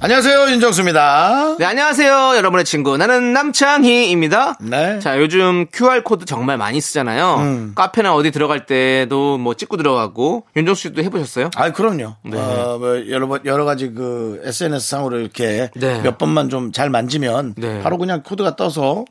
안녕하세요 윤정수입니다. 네, 안녕하세요. 여러분의 친구. 나는 남창희입니다. 네. 자, 요즘 QR코드 정말 많이 쓰잖아요. 음. 카페나 어디 들어갈 때도 뭐 찍고 들어가고. 윤정수 씨도 해보셨어요? 아 그럼요. 네. 어, 뭐 여러 번 여러 가지 그 SNS 상으로 이렇게 네. 몇 번만 좀 잘 만지면 네. 바로 그냥 코드가 떠서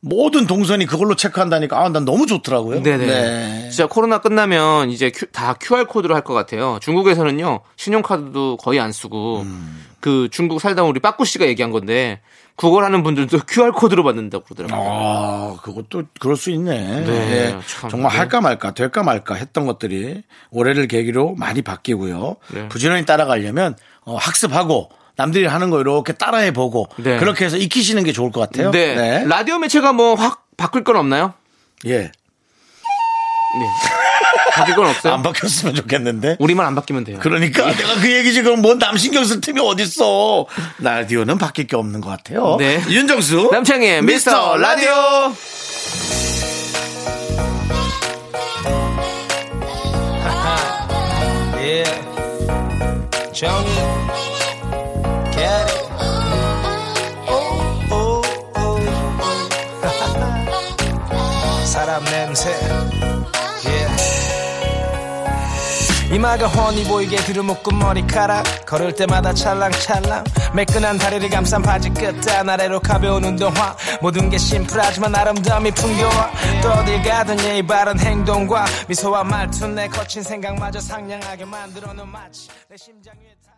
모든 동선이 그걸로 체크한다니까 아 난 너무 좋더라고요. 네네. 네. 진짜 코로나 끝나면 이제 큐- 다 QR코드로 할 것 같아요. 중국에서는요, 신용카드도 거의 안 쓰고, 음. 그 중국 살다 온 우리 빠꾸 씨가 얘기한 건데, 그걸 하는 분들도 QR코드로 받는다고 그러더라고요. 아, 그것도 그럴 수 있네. 네, 예. 참. 정말 네. 할까 말까, 될까 말까 했던 것들이 올해를 계기로 많이 바뀌고요. 네. 부지런히 따라가려면 어, 학습하고 남들이 하는 거 이렇게 따라해 보고 네. 그렇게 해서 익히시는 게 좋을 것 같아요. 네. 라디오 매체가 뭐 확 바꿀 건 없나요? 예. 네. 바뀔 건 없어요. 안 바뀌었으면 좋겠는데. 우리만 예. 안 바뀌면 돼요. 그러니까 내가 그 얘기지 그럼 뭔남 신경 쓸 틈이 어딨어. 라디오는 바뀔 게 없는 것 같아요. 네. 윤정수. 남창희의 미스터 라디오. Oh, 사람 냄새 Yeah. 이마가 훤히 보이게 들이묶은 머리카락 걸을 때마다 찰랑찰랑 매끈한 다리를 감싼 바지 끝단 아래로 가벼운 운동화 모든 게 심플하지만 아름다움이 풍겨와 또 어딜 가든 예의 바른 행동과 미소와 말투 내 거친 생각마저 상냥하게 만들어놓은 마치 내 심장 위에 타...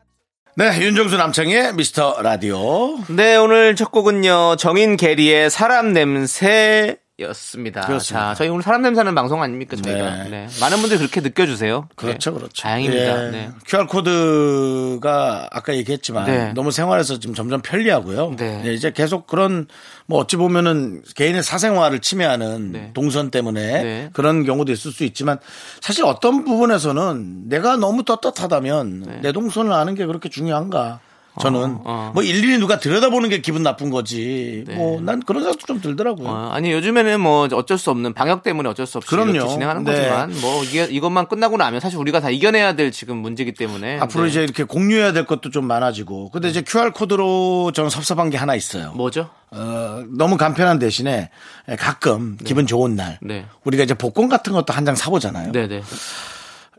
네, 윤정수 남창희의 미스터 라디오. 네, 오늘 첫 곡은요. 정인 게리의 사람 냄새였습니다. 그렇습니다. 자, 저희 오늘 사람 냄새는 방송 아닙니까, 저희가? 네. 네. 많은 분들이 그렇게 느껴주세요. 그렇죠, 네. 그렇죠. 다행입니다. 예. 네. QR코드가 아까 얘기했지만 네. 너무 생활에서 지금 점점 편리하고요. 네. 예, 이제 계속 그런 뭐 어찌 보면은 개인의 사생활을 침해하는 네. 동선 때문에 네. 그런 경우도 있을 수 있지만 사실 어떤 부분에서는 내가 너무 떳떳하다면 내 동선을 아는 게 그렇게 중요한가. 저는 네. 어. 네. 뭐 일일이 누가 들여다보는 게 기분 나쁜 거지. 뭐 난 그런 생각도 좀 들더라고요. 어, 아니, 요즘에는 뭐 어쩔 수 없는 방역 때문에 어쩔 수 없이 그럼요. 이렇게 진행하는 네. 거지만 뭐 이게 이것만 끝나고 나면 사실 우리가 다 이겨내야 될 지금 문제이기 때문에 앞으로 네. 이제 이렇게 공유해야 될 것도 좀 많아지고. 근데 이제 QR코드로 저는 섭섭한 게 하나 있어요. 뭐죠? 어, 너무 간편한 대신에 가끔 기분 좋은 날 네. 우리가 이제 복권 같은 것도 한 장 사보잖아요. 네, 네.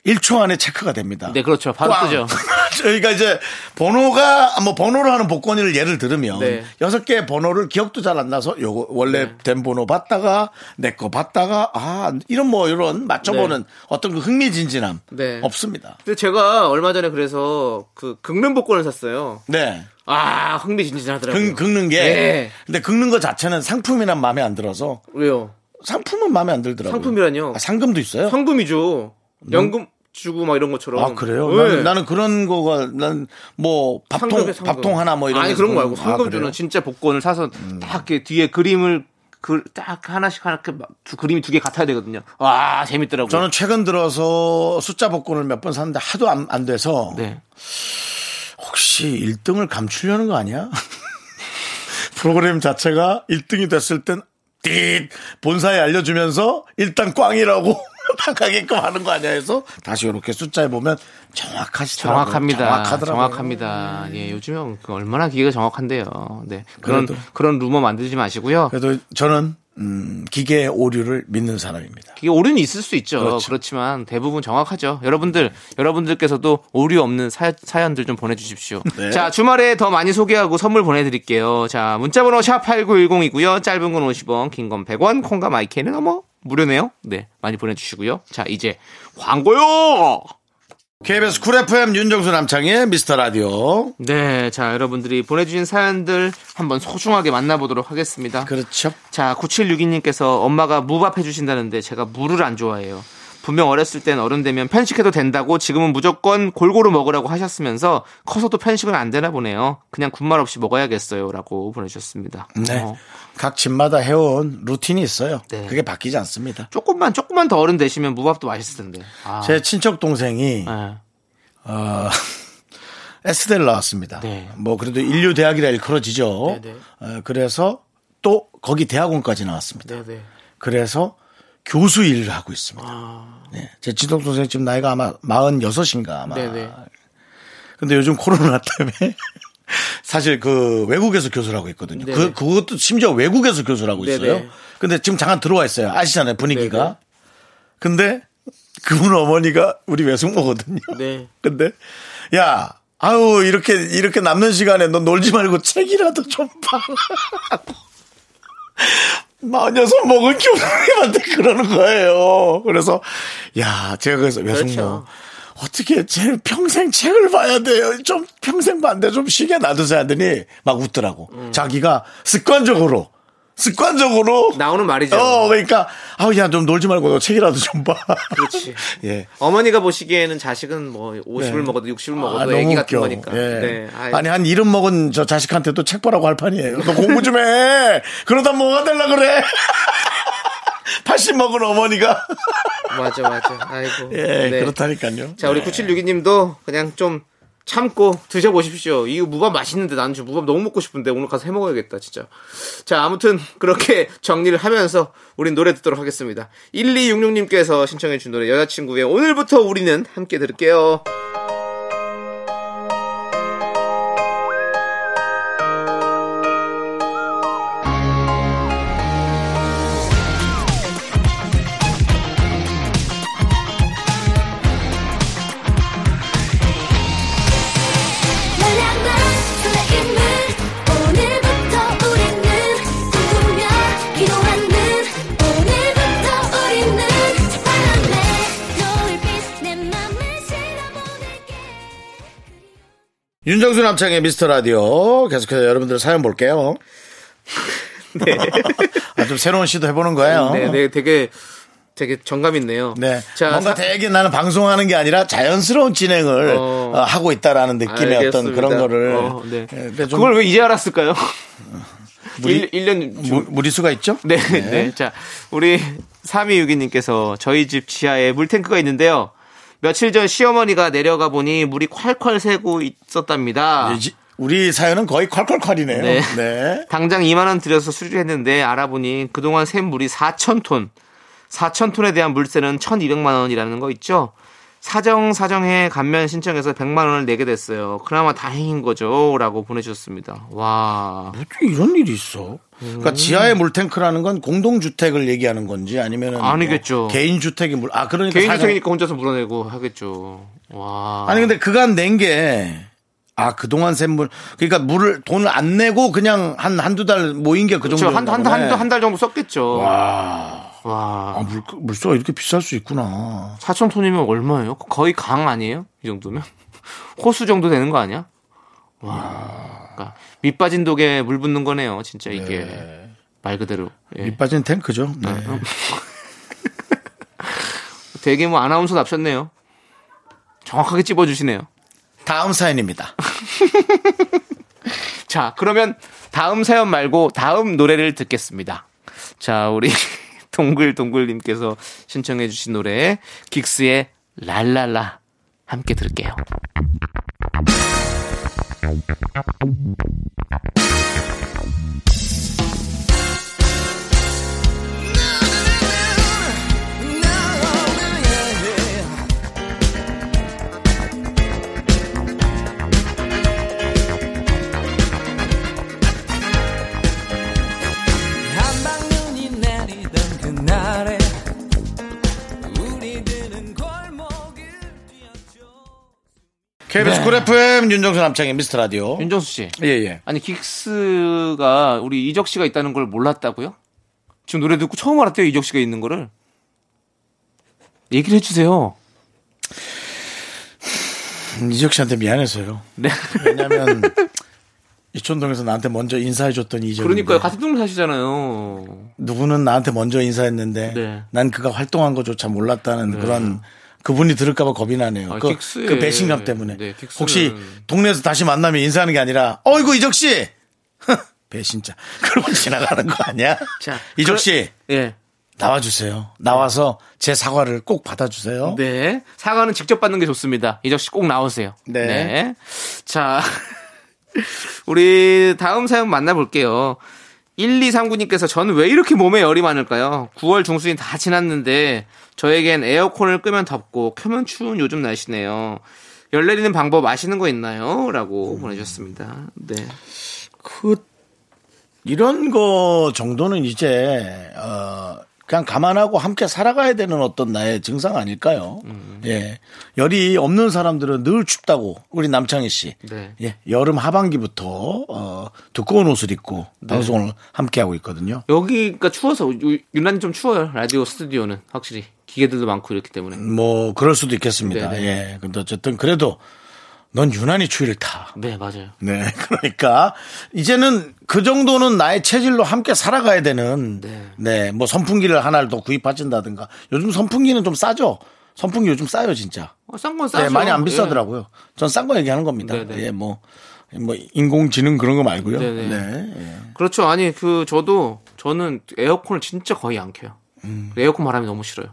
1초 안에 체크가 됩니다. 네, 그렇죠. 바로 꽝. 뜨죠. 저희가 이제 번호가 뭐 번호를 하는 복권을 예를 들으면 네. 여섯 개 번호를 기억도 잘 안 나서 요거 원래 된 번호 봤다가 내 거 봤다가 아 이런 뭐 이런 맞춰보는 어떤 그 흥미진진함 네. 없습니다. 근데 제가 얼마 전에 그래서 그 긁는 복권을 샀어요. 네. 아, 흥미진진하더라고요. 긁, 긁는 게 네. 근데 긁는 거 자체는 상품이란 마음에 안 들어서 왜요? 상품은 마음에 안 들더라고요. 상품이라뇨? 아, 상금도 있어요? 현금이죠. 연금 주고 막 이런 것처럼. 아 그래요? 네. 나는, 나는 그런 거가 난 뭐 밥통 상금에 상금. 밥통 하나 뭐 이런 아니 그런 거 말고 아, 상금 그래요? 음. 주는 진짜 복권을 사서 딱 이렇게 뒤에 그림을 그, 딱 하나씩 하나 이렇게 막 두, 그림이 두 개 같아야 되거든요. 와 재밌더라고요. 저는 최근 들어서 숫자 복권을 몇 번 샀는데 하도 안, 안 돼서 네. 혹시 1등을 감추려는 거 아니야? 프로그램 자체가 1등이 됐을 땐 띠익 본사에 알려주면서 일단 꽝이라고 나가게끔 하는 거 아니야 해서 다시 이렇게 숫자에 보면 정확하시더라고요. 정확합니다. 정확하더라고요. 정확합니다. 예, 요즘에 그 얼마나 기계가 정확한데요. 네. 그런 그래도. 그런 루머 만들지 마시고요. 그래도 저는 음, 기계의 오류를 믿는 사람입니다. 이게 오류는 있을 수 있죠. 그렇죠. 그렇지만 대부분 정확하죠. 여러분들, 여러분들께서도 오류 없는 사, 사연들 좀 보내주십시오. 네. 자, 주말에 더 많이 소개하고 선물 보내드릴게요. 자, 문자번호 샵8910이고요. 짧은 건 50원, 긴 건 100원, 콩과 마이크는 어머, 무료네요. 네, 많이 보내주시고요. 자, 이제 광고요! KBS 쿨 FM 윤정수 남창의 미스터 라디오. 네, 자, 여러분들이 보내주신 사연들 한번 소중하게 만나보도록 하겠습니다. 그렇죠. 자, 9762님께서 엄마가 무밥 해주신다는데 제가 물을 안 좋아해요. 분명 어렸을 땐 어른 되면 편식해도 된다고 지금은 무조건 골고루 먹으라고 하셨으면서 커서도 편식은 안 되나 보네요. 그냥 군말 없이 먹어야겠어요라고 보내주셨습니다. 네. 어, 각 집마다 해온 루틴이 있어요. 네. 그게 바뀌지 않습니다. 조금만 조금만 더 어른 되시면 무밥도 맛있을 텐데. 아, 제 친척 동생이 네. 어, 에스델 나왔습니다. 네. 뭐 그래도 인류 대학이라 일컬어지죠. 네, 네. 어, 그래서 또 거기 대학원까지 나왔습니다. 네네. 그래서 교수 일을 하고 있습니다. 아. 네. 제 친척 동생 지금 나이가 아마 46인가 아마. 네네. 근데 요즘 코로나 때문에 사실 그 외국에서 교수를 하고 있거든요. 네네. 그 그것도 심지어 외국에서 교수를 하고 있어요. 네네. 근데 지금 잠깐 들어와 있어요. 아시잖아요, 분위기가. 근데 그분 어머니가 우리 외숙모거든요. 네. 근데 야, 아유 이렇게 이렇게 남는 시간에 너 놀지 말고 책이라도 좀 봐. 마녀서 먹은 교수님한테 그러는 거예요. 그래서 야 제가 그래서 외숙모 그렇죠. 어떻게 제 평생 책을 봐야 돼요. 좀 평생 반대 좀 쉬게 놔두세요 하더니 막 웃더라고. 음. 자기가 습관적으로 습관적으로 나오는 말이죠. 어 그러니까 아우 야 좀 놀지 말고 너 책이라도 좀 봐. 그렇지. 예. 어머니가 보시기에는 자식은 뭐 50을 네. 먹어도 60을 아, 먹어도 너무 애기 같은 웃겨. 거니까. 예. 네. 아이, 아니 한 이름 먹은 저 자식한테도 책 보라고 할 판이에요. 너 공부 좀 해. 그러다 뭐가 될라 그래. 80 먹은 어머니가. 맞아 맞아. 아이고. 예, 네. 그렇다니까요. 예. 자, 우리 9762님도 그냥 좀 참고 드셔보십시오. 이거 무밥 맛있는데 나는 지금 무밥 너무 먹고 싶은데 오늘 가서 해 먹어야겠다, 진짜. 자, 아무튼 그렇게 정리를 하면서 우린 노래 듣도록 하겠습니다. 1266님께서 신청해준 노래 여자친구의 오늘부터 우리는 함께 들을게요. 말랑한 설레임은 오늘부터 우리는 꿈꾸며 기도하는 오늘부터 우리는 바람에 노을빛 내 맘을 실어보낼게 윤정수 남창의 미스터 라디오 계속해서 여러분들 사연 볼게요. 네. 아, 좀 새로운 시도 해보는 거예요. 네, 네, 되게 되게 정감 있네요. 어? 네. 자, 뭔가 사- 되게 나는 방송하는 게 아니라 자연스러운 진행을 어. 어, 하고 있다라는 느낌의 어떤 알겠습니다. 그런 거를 어, 네. 예, 근데 좀 그걸 왜 이제 알았을까요? 무리- 1, 년 무, 무리수가 있죠? 네, 네. 자, 우리 3262님께서 저희 집 지하에 물탱크가 있는데요. 며칠 전 시어머니가 내려가 보니 물이 콸콸 새고 있었답니다. 이제 우리 사연은 거의 콸콸콸이네요. 아. 네. 네. 당장 2만원 들여서 수리를 했는데 알아보니 그동안 샌 물이 4,000톤. 4,000톤에 대한 물세는 1,200만원이라는 거 있죠? 사정사정해 감면 신청해서 100만원을 내게 됐어요. 그나마 다행인 거죠. 라고 보내주셨습니다. 와. 어떻게 이런 일이 있어? 음. 그러니까 지하의 물탱크라는 건 공동주택을 얘기하는 건지 아니면 아니겠죠. 개인주택이 물, 아, 그러니까. 사정- 개인주택이니까 혼자서 물어내고 하겠죠. 와. 아니, 근데 그간 낸 게, 아, 그동안 센 물. 그러니까 물을, 돈을 안 내고 그냥 한, 한두 달 모인 게 그 정도. 그렇죠. 한, 한, 한, 한, 달 정도 썼겠죠. 와. 아, 물, 물소가 이렇게 비쌀 수 있구나. 4천 톤이면 얼마예요? 거의 강 아니에요? 이 정도면? 호수 정도 되는 거 아니야? 와. 그러니까 밑 빠진 독에 물 붙는 거네요. 진짜 이게. 말 그대로. 예. 밑빠진 탱크죠. 네. 되게 뭐 아나운서 납셨네요. 정확하게 찝어주시네요. 다음 사연입니다. 자, 그러면 다음 사연 말고 다음 노래를 듣겠습니다. 자, 우리 동글동글님께서 신청해주신 노래, 긱스의 랄랄라. 함께 들을게요. 한방눈이 내리던 그날에 우리들은 골목을 뛰었죠 KBS 쿨 FM 윤정수 남창의 미스터 라디오. 윤정수 씨. 예, 예. 아니 긱스가 우리 이적 씨가 있다는 걸 몰랐다고요? 지금 노래 듣고 처음 알았대요 이적 씨가 있는 거를 얘기를 해주세요. 이적 씨한테 음, 미안해서요. 네. 왜냐면 이촌동에서 나한테 먼저 인사해줬던 이적. 그러니까요. 같은 동네 사시잖아요. 누구는 나한테 먼저 인사했는데 네. 난 그가 활동한 거조차 몰랐다는 그런 그분이 들을까봐 겁이 나네요. 아, 그, 긱스의- 그 배신감 때문에. 네, 긱스는- 혹시 동네에서 다시 만나면 인사하는 게 아니라 어이구 이적 씨 배신자 그러고 지나가는 거 아니야? 자, 이적 씨 예. 나와주세요. 나와서 제 사과를 꼭 받아주세요. 네. 사과는 직접 받는 게 좋습니다. 이적 씨 꼭 나오세요. 네. 자. 우리 다음 사연 만나볼게요. 1239님께서 저는 왜 이렇게 몸에 열이 많을까요? 9월 중순이 다 지났는데 저에겐 에어컨을 끄면 덥고 켜면 추운 요즘 날씨네요. 열 내리는 방법 아시는 거 있나요? 라고 보내주셨습니다. 네. 그 이런 거 정도는 이제 어 그냥 감안하고 함께 살아가야 되는 어떤 나의 증상 아닐까요? 음. 예. 열이 없는 사람들은 늘 춥다고 우리 남창희 씨. 네. 예. 여름 하반기부터 어 두꺼운 옷을 입고 네. 방송을 함께 하고 있거든요. 여기가 추워서 유- 유난히 좀 추워요. 라디오 스튜디오는 확실히 기계들도 많고 이렇기 때문에. 뭐 그럴 수도 있겠습니다. 네, 예. 근데 어쨌든 그래도 넌 유난히 추위를 타. 네, 맞아요. 네. 그러니까 이제는 그 정도는 나의 체질로 함께 살아가야 되는 네. 네. 뭐 선풍기를 하나를 더 구입하신다든가. 요즘 선풍기는 좀 싸죠. 선풍기 요즘 싸요, 진짜. 어, 싼 건 싸죠. 네, 많이 안 예. 비싸더라고요. 전 싼 거 얘기하는 겁니다. 네, 네. 예, 뭐, 뭐, 인공지능 그런 거 말고요. 네, 네. 네, 예. 그렇죠. 아니 그 저도 저는 에어컨을 진짜 거의 안 켜요. 음. 에어컨 바람이 너무 싫어요.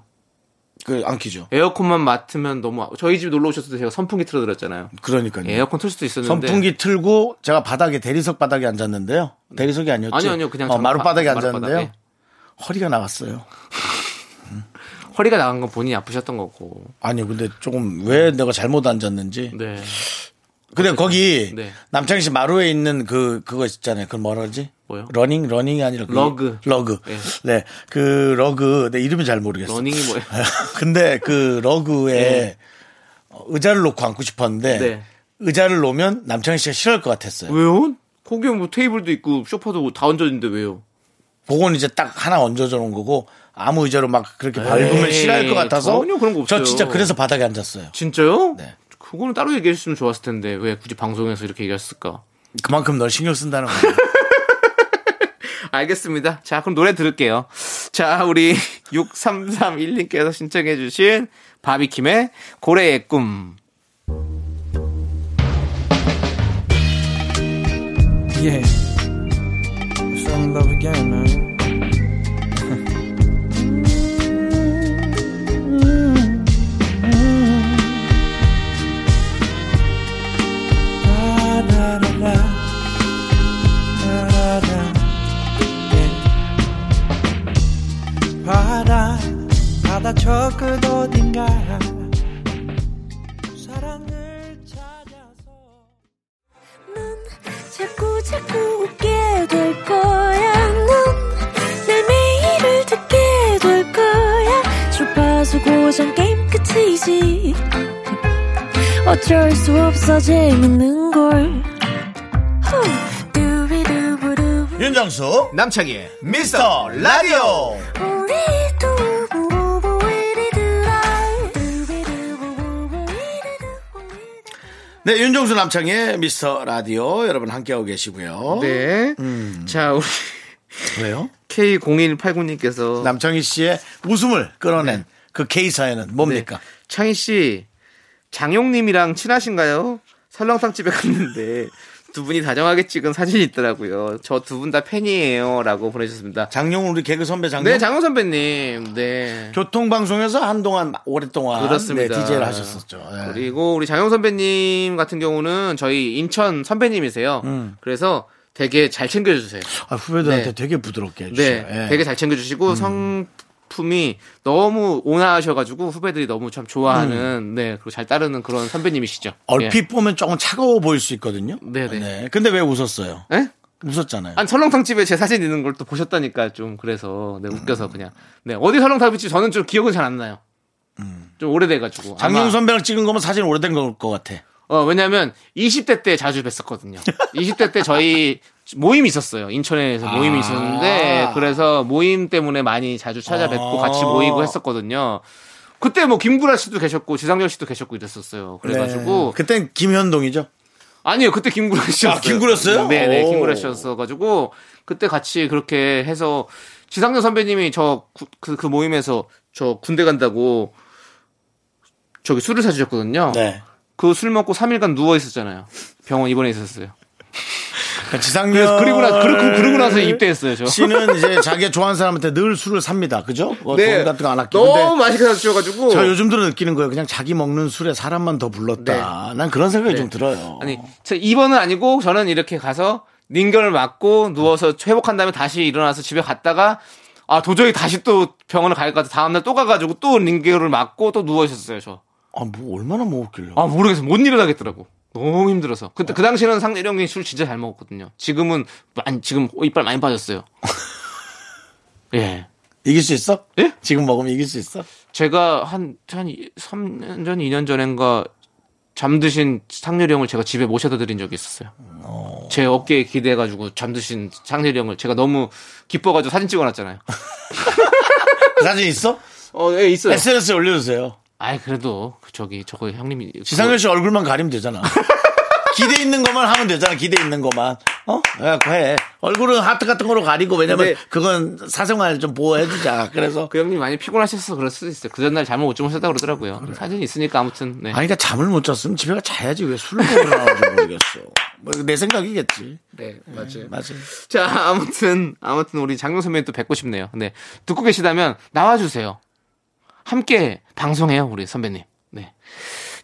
그, 안 키죠. 에어컨만 맡으면 너무 아- 저희 집 놀러 오셨을 때 제가 선풍기 틀어드렸잖아요. 그러니까요. 에어컨 틀 수도 있었는데 선풍기 틀고 제가 바닥에 대리석 바닥에 앉았는데요. 대리석이 아니었죠. 아니요, 아니요. 그냥 어, 저 마룻 바닥에 바- 앉았는데요. 마룻바닥에. 허리가 나갔어요. 허리가 나간 건 본인이 아프셨던 거고. 아니요, 근데 조금 왜 내가 잘못 앉았는지 네. 근데 거기 네. 남창희 씨 마루에 있는 그 그거 있잖아요. 그 뭐라 그러지? 뭐요? 러닝 러닝이 아니라 그 러그. 러그. 네. 네. 그 러그 내 이름이 잘 모르겠어. 러닝이 뭐예요? 아, 근데 그 러그에 어, 의자를 놓고 앉고 싶었는데 네. 의자를 놓으면 남창희 씨가 싫어할 것 같았어요. 왜요? 거기에 뭐 테이블도 있고 소파도 다 얹어 있는데 왜요? 그건 이제 딱 하나 얹어져 놓은 거고 아무 의자로 막 그렇게 밟으면 싫어할 것 같아서 네. 전혀 그런 거 저 없어요. 진짜 그래서 바닥에 앉았어요. 진짜요? 네. 그거는 따로 얘기해 주셨으면 좋았을 텐데 왜 굳이 방송에서 이렇게 얘기했을까? 그만큼 널 신경 쓴다는 거예요. 알겠습니다. 자, 그럼 노래 들을게요. 자, 우리 6331님께서 신청해주신 바비킴의 고래의 꿈. Yeah. I fell in love again, man. Da, da, da, da. Da, da, da. Yeah. 바다, 바다 저 끝 어딘가 사랑을 찾아서 넌 자꾸 자꾸 웃게 될 거야. 넌내 매일을 듣게 될 거야. 주파수 고정 게임 끝이지. 어쩔 수 없어 재밌는 걸. 후. 두비두부두부. 윤정수 남창희 미스터 라디오 우리 두부부부 우리 두라. 두비두부부부 우리 두부부. 네, 윤정수 남창의 미스터 라디오 여러분 함께하고 계시고요. 네. 음. 자, 우리 왜요? K0189님께서. 남창희 씨의 웃음을 끌어낸 그 K 사연은 뭡니까? 네. 창희 씨, 장용님이랑 친하신가요? 설렁탕 집에 갔는데 두 분이 다정하게 찍은 사진이 있더라고요. 저 두 분 다 팬이에요. 라고 보내주셨습니다. 장용 우리 개그 선배 장용. 네, 장용 선배님. 네. 교통방송에서 한동안 오랫동안 그렇습니다. 네, DJ를 하셨었죠. 네. 그리고 우리 장영 선배님 같은 경우는 저희 인천 선배님이세요. 음. 그래서 되게 잘 챙겨주세요. 아, 후배들한테 네. 되게 부드럽게 해주세요. 네, 예. 음. 되게 잘 챙겨주시고 성품이 너무 온화하셔가지고 후배들이 너무 참 좋아하는 네 그리고 잘 따르는 그런 선배님이시죠. 음. 얼핏 보면 조금 차가워 보일 수 있거든요. 네. 네네. 근데 왜 웃었어요? 예. 예? 웃었잖아요. 아 설렁탕 집에 제 사진 있는 걸 또 보셨다니까 좀 그래서 네 음. 웃겨서 그냥 네 어디 설렁탕 집지 저는 좀 기억은 잘 안 나요. 좀 오래돼가지고 음. 장용 아마- 선배랑 찍은 거면 사진 오래된 걸 것 같아. 어, 왜냐면 20대 때 자주 뵀었거든요. 20대 때 저희 모임이 있었어요. 인천에서 모임이 아. 있었는데 그래서 모임 때문에 많이 자주 찾아뵙고 아. 같이 모이고 했었거든요. 그때 뭐 김구라 씨도 계셨고 지상렬 씨도 계셨고 이랬었어요. 그래가지고 네. 그땐 김현동이죠. 아니요, 그때 김구라 씨였어요. 네. 아, 김구라였어요? 네네, 오. 김구라 씨였어가지고, 그때 같이 그렇게 해서, 지상렬 선배님이 저, 구- 그, 그 모임에서 저 군대 간다고, 저기 술을 사주셨거든요. 네. 그 술 먹고 3일간 누워 있었잖아요. 병원 입원해 있었어요. 지상렬. 그래서 그리고 나, 그러고, 그러고 나서 입대했어요, 저. 씨는 이제 자기가 좋아하는 사람한테 늘 술을 삽니다. 그죠? 어, 돈 같은 거 안 아끼고. 네. 너무 근데 맛있게 사주셔가지고. 제가 요즘 들어 느끼는 거예요. 그냥 자기 먹는 술에 사람만 더 네. 불렀다. 난 그런 생각이 좀 들어요. 아니, 저 2번은 아니고 저는 이렇게 가서 링겔을 맞고 누워서 회복한 다음에 다시 일어나서 집에 갔다가 아 도저히 다시 또 병원을 갈까 해서 다음날 또 가가지고 또 링겔을 맞고 또 누워 있었어요 저. 아, 뭐 얼마나 먹었길래. 아 모르겠어 못 일어나겠더라고. 너무 힘들어서. 그때 그 당시에는 상대령이 술 진짜 잘 먹었거든요. 지금은 많이 지금 이빨 많이 빠졌어요. 예. 이길 수 있어? 예? 지금 먹으면 이길 수 있어? 제가 한, 한 3년 전, 2년 전인가 잠드신 상렬이 형을 제가 집에 모셔다 드린 적이 있었어요. 제 어깨에 기대해가지고 잠드신 상렬이 형을 제가 너무 기뻐가지고 사진 찍어놨잖아요. 그 사진 있어? 어, 예, 있어요. SNS에 올려주세요. 아이, 그래도 저기, 저거 형님이. 그 지상렬 씨 얼굴만 가리면 되잖아. 기대 있는 것만 하면 되잖아. 기대 있는 것만. 어? 그래갖고 해. 얼굴은 하트 같은 거로 가리고 왜냐면 근데- 그건 사생활 좀 보호해주자. 그래서 그 형님 많이 피곤하셔서 그럴 수도 있어요. 그 전날 잠을 못 주무셨다 그러더라고요. 사진이 있으니까 아무튼, 네. 아, 아니 그러니까 잠을 못 잤으면 집에 가 자야지 왜 술을 먹으라는지 모르겠어. 뭐 내 생각이겠지. 네, 맞아요. 맞아. 자, 아무튼, 아무튼 우리 장용 선배님 또 뵙고 싶네요. 네. 듣고 계시다면 나와주세요. 함께 방송해요, 우리 선배님. 네.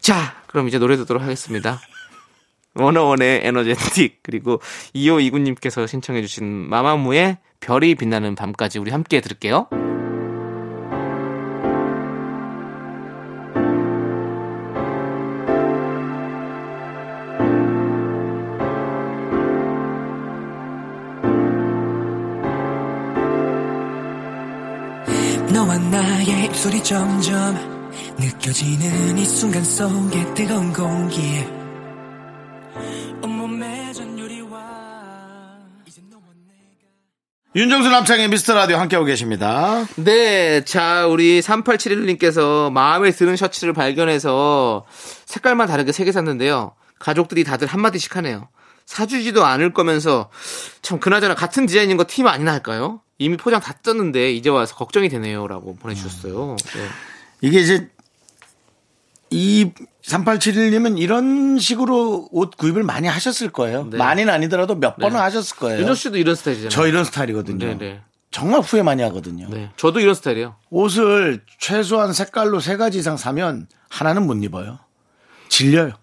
자, 그럼 이제 노래 듣도록 하겠습니다. 워너원의 에너제틱, 그리고 2호 이구님께서 신청해주신 마마무의 별이 빛나는 밤까지 우리 함께 들을게요. 너와 나의 입술이 점점 느껴지는 이 순간 속에 뜨거운 공기 온몸에 전율이와 이제 너와 내가 윤정수 남창의 미스터 라디오 함께하고 계십니다. 네, 자, 우리 3871님께서 마음에 드는 셔츠를 발견해서 색깔만 다르게 세 개 샀는데요. 가족들이 다들 한마디씩 하네요. 사주지도 않을 거면서 참 그나저나 같은 디자인인 거 티 많이 날까요? 이미 포장 다 떴는데 이제 와서 걱정이 되네요. 라고 보내주셨어요. 네. 이게 이제 이 3871님은 이런 식으로 옷 구입을 많이 하셨을 거예요. 네. 많이는 아니더라도 몇 번은 하셨을 거예요. 윤정 씨도 이런 스타일이잖아요. 저 이런 스타일이거든요. 네, 네. 정말 후회 많이 하거든요. 네. 저도 이런 스타일이에요. 옷을 최소한 색깔로 세 가지 이상 사면 하나는 못 입어요. 질려요. 음.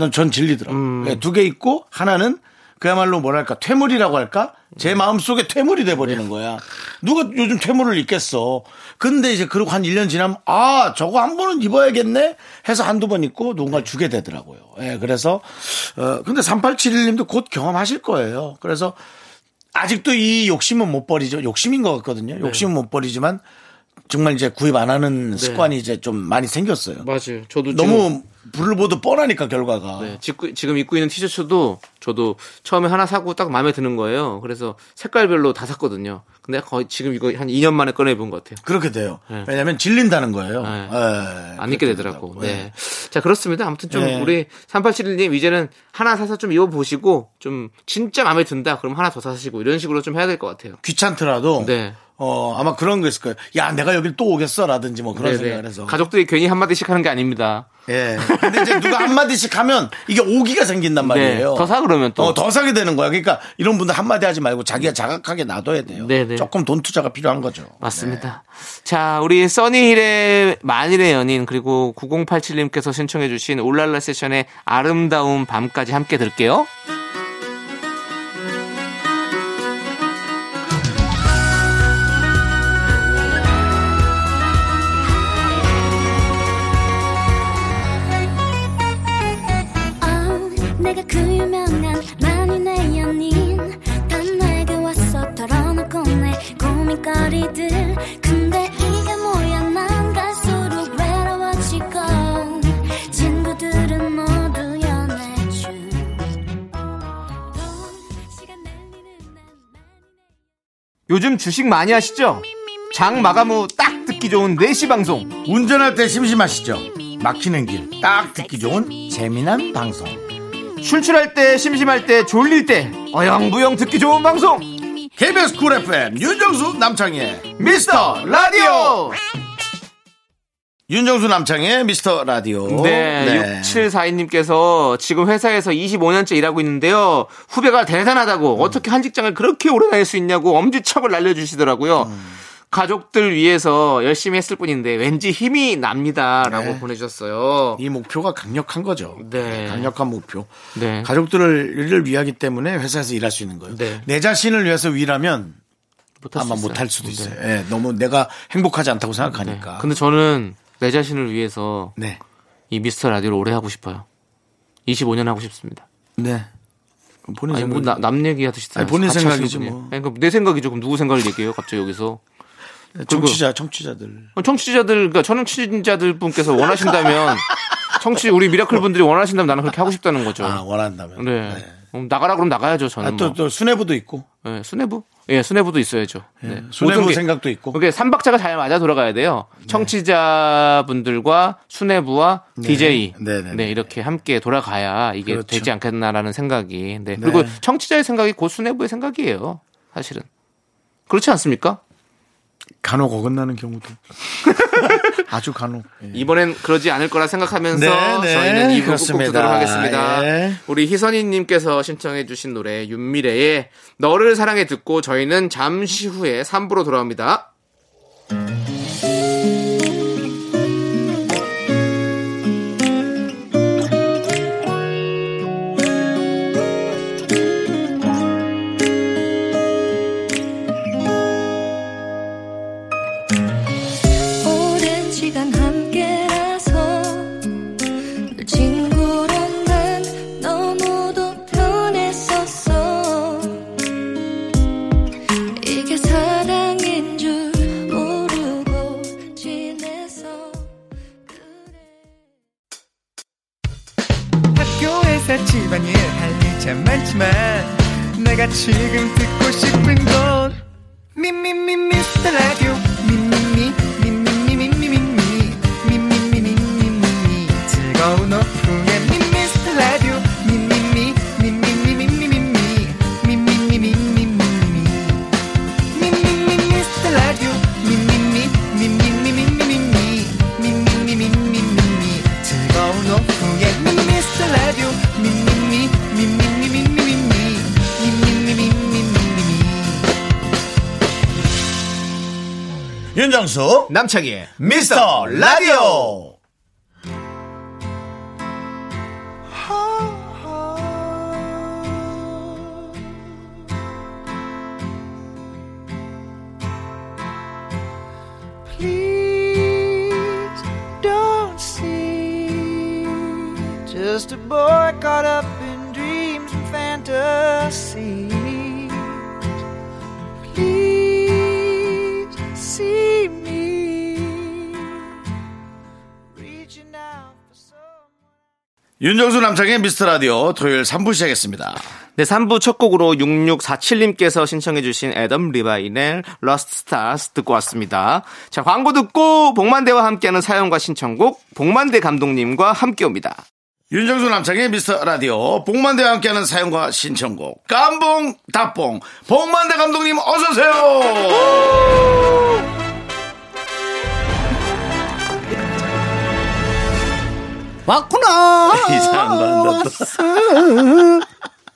난 전 질리더라고요. 네, 두 개 있고 하나는 그야말로 뭐랄까 퇴물이라고 할까? 제 마음속에 퇴물이 돼버리는 거야. 누가 요즘 퇴물을 입겠어. 근데 이제 그러고 한 1년 지나면 아 저거 한 번은 입어야겠네 해서 한두 번 입고 누군가 주게 되더라고요. 예, 그래서 어 근데 3871님도 곧 경험하실 거예요. 그래서 아직도 이 욕심은 못 버리죠. 욕심인 것 같거든요. 욕심은 못 버리지만 정말 이제 구입 안 하는 습관이 이제 좀 많이 생겼어요. 맞아요. 저도 너무 불을 보듯 뻔하니까 결과가. 네, 짓고- 지금 입고 있는 티셔츠도 저도 처음에 하나 사고 딱 마음에 드는 거예요. 그래서 색깔별로 다 샀거든요. 근데 거의 지금 이거 한 2년 만에 꺼내본 것 같아요. 그렇게 돼요. 왜냐하면 질린다는 거예요. 네. 예. 안 입게 되더라고. 네. 자, 그렇습니다. 아무튼 좀 네. 우리 3871님 이제는 하나 사서 좀 입어보시고 좀 진짜 마음에 든다. 그럼 하나 더 사시고 이런 식으로 좀 해야 될 것 같아요. 귀찮더라도 네. 어 아마 그런 거 있을 거예요. 야 내가 여길 또 오겠어라든지 뭐 그런 네, 생각을 네. 해서. 가족들이 괜히 한마디씩 하는 게 아닙니다. 예. 근데 이제 누가 한 마디씩 하면 이게 오기가 생긴단 말이에요. 네. 더 사, 그러면 또. 어, 더 사게 되는 거야. 그러니까 이런 분들 한 마디 하지 말고 자기가 자각하게 놔둬야 돼요. 네, 네. 조금 돈 투자가 필요한 거죠. 맞습니다. 자, 우리 써니힐의 만일의 연인 그리고 9087님께서 신청해 주신 올랄라 세션의 아름다운 밤까지 함께 들게요. 어, 내가 그 유명한 만인의 연인 단 내게 와서 털어놓고 내 고민거리들 근데 이게 뭐야 난 갈수록 외로워지고 친구들은 모두 연애 중 시간 날리는 날 요즘 주식 많이 하시죠? 장 마감 후 딱 듣기 좋은 4시 방송. 네. 운전할 때 심심하시죠? 막히는 길 딱 듣기 좋은 재미난 방송 출출할 때, 심심할 때, 졸릴 때, 어영부영 듣기 좋은 방송! KBS 쿨 FM 윤정수 남창희의 미스터 라디오! 윤정수 남창희의 미스터 라디오 네, 6742님께서 지금 회사에서 25년째 일하고 있는데요. 후배가 음. 대단하다고 어떻게 한 직장을 그렇게 오래 다닐 수 있냐고 엄지척을 날려주시더라고요. 음. 가족들 위해서 열심히 했을 뿐인데 왠지 힘이 납니다라고 네. 보내주셨어요. 이 목표가 강력한 거죠. 네. 강력한 목표. 네. 가족들을 위하기 때문에 회사에서 일할 수 있는 거예요. 네. 내 자신을 위해서 위라면 못할 수 아마 있어요. 못할 수도 네. 있어요. 예, 너무 내가 행복하지 않다고 네. 생각하니까. 네. 근데 저는 내 자신을 위해서 네. 이 미스터 라디오를 오래 하고 싶어요. 25년 하고 싶습니다. 네. 본인 네. 아니 생각. 뭐 남 얘기하듯이 다 아니, 본인 같이 하시는 생각이지 분이에요. 뭐. 아니, 그내 생각이죠. 그럼 누구 생각을 얘기해요? 갑자기 여기서. 네, 청취자, 청취자들. 청취자들, 그러니까 청취자들 분께서 원하신다면, 청취, 우리 미라클 분들이 원하신다면 나는 그렇게 하고 싶다는 거죠. 아, 원한다면. 네. 그럼 나가라 그럼 나가야죠, 아, 저는. 또, 뭐. 또 수뇌부도 있고. 예, 수뇌부? 예, 수뇌부도 있어야죠. 네. 수뇌부 모든 게- 생각도 있고. 그게 삼박자가 잘 맞아 돌아가야 돼요. 청취자분들과 수뇌부와 DJ. 네, 네, 네. 네, 이렇게 함께 돌아가야 이게 그렇죠. 되지 않겠나라는 생각이. 네. 그리고 청취자의 생각이 곧 수뇌부의 생각이에요. 사실은. 그렇지 않습니까? 간혹 어긋나는 경우도. 아주 간혹. 예. 이번엔 그러지 않을 거라 생각하면서 네, 네, 저희는 이부 꼭 그렇습니다. 듣도록 하겠습니다. 예. 우리 희선이님께서 신청해주신 노래 윤미래의 너를 사랑해 듣고 저희는 잠시 후에 3부로 돌아옵니다. 오랜 시간 함께라서 늘 친구란 난 너무도 편했었어 이게 사랑인 줄 모르고 지내서 그래 학교에서 집안일 할 일 참 많지만 내가 지금 듣고 싶은 건 미미미 미스터 라디오 미미미 미미미 미미미 미미미 미미미 즐거운 오후에 미스터 라디오 미미미 미미미 미미미 미미미 미미미 윤정수. 남창희의 미스터 라디오. Please don't see just a boy caught up in dreams and fantasies. Please see me reaching out for some. 윤정수 남창의 미스터 라디오 토요일 3부 시작했습니다. 네, 3부 첫 곡으로 6647님께서 신청해주신 애덤 리바인의 러스트 스타스 듣고 왔습니다. 자, 광고 듣고 복만대와 함께하는 사연과 신청곡 복만대 감독님과 함께 옵니다. 윤정수 남창의 미스터 라디오 복만대와 함께하는 사연과 신청곡 깜봉 답봉 복만대 감독님 어서 오세요. 왔구나. 이상한 거 한다,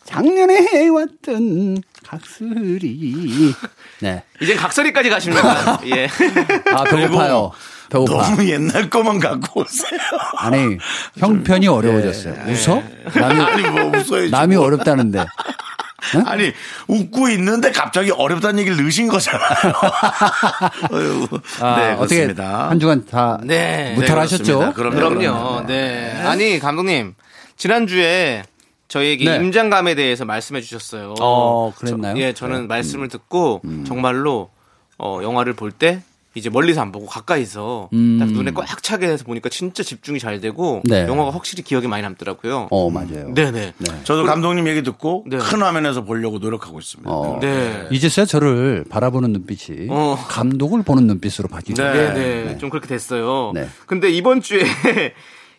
작년에 해왔던 각설이. 네. 이제 각설이까지 가십니다. 예. 아 배고파요. 배고파. 너무 옛날 거만 갖고 오세요. 아니 형편이 어려워졌어요. 웃어? 아니 남이 뭐 웃어야지. 남이 어렵다는데. 아니 웃고 있는데 갑자기 어렵다는 얘기를 넣으신 거잖아요. 어휴. 아, 네 어떻게 그렇습니다. 한 주간 다 네. 그렇습니다. 무탈하셨죠? 그럼요. 그럼요. 네. 아니 감독님 지난주에 저희에게 네. 임장감에 대해서 말씀해 주셨어요. 어, 그랬나요? 음. 저, 예, 저는 말씀을 듣고 정말로 어, 영화를 볼 때 이제 멀리서 안 보고 가까이서 딱 눈에 꽉 차게 해서 보니까 진짜 집중이 잘 되고 음. 네. 영화가 확실히 기억에 많이 남더라고요. 어 맞아요. 네네. 저도 감독님 얘기 듣고 네. 큰 화면에서 보려고 노력하고 있습니다. 어. 네. 이제서야 저를 바라보는 눈빛이 어. 감독을 보는 눈빛으로 바뀌죠. 네. 네, 네. 좀 그렇게 됐어요. 네. 근데 이번 주에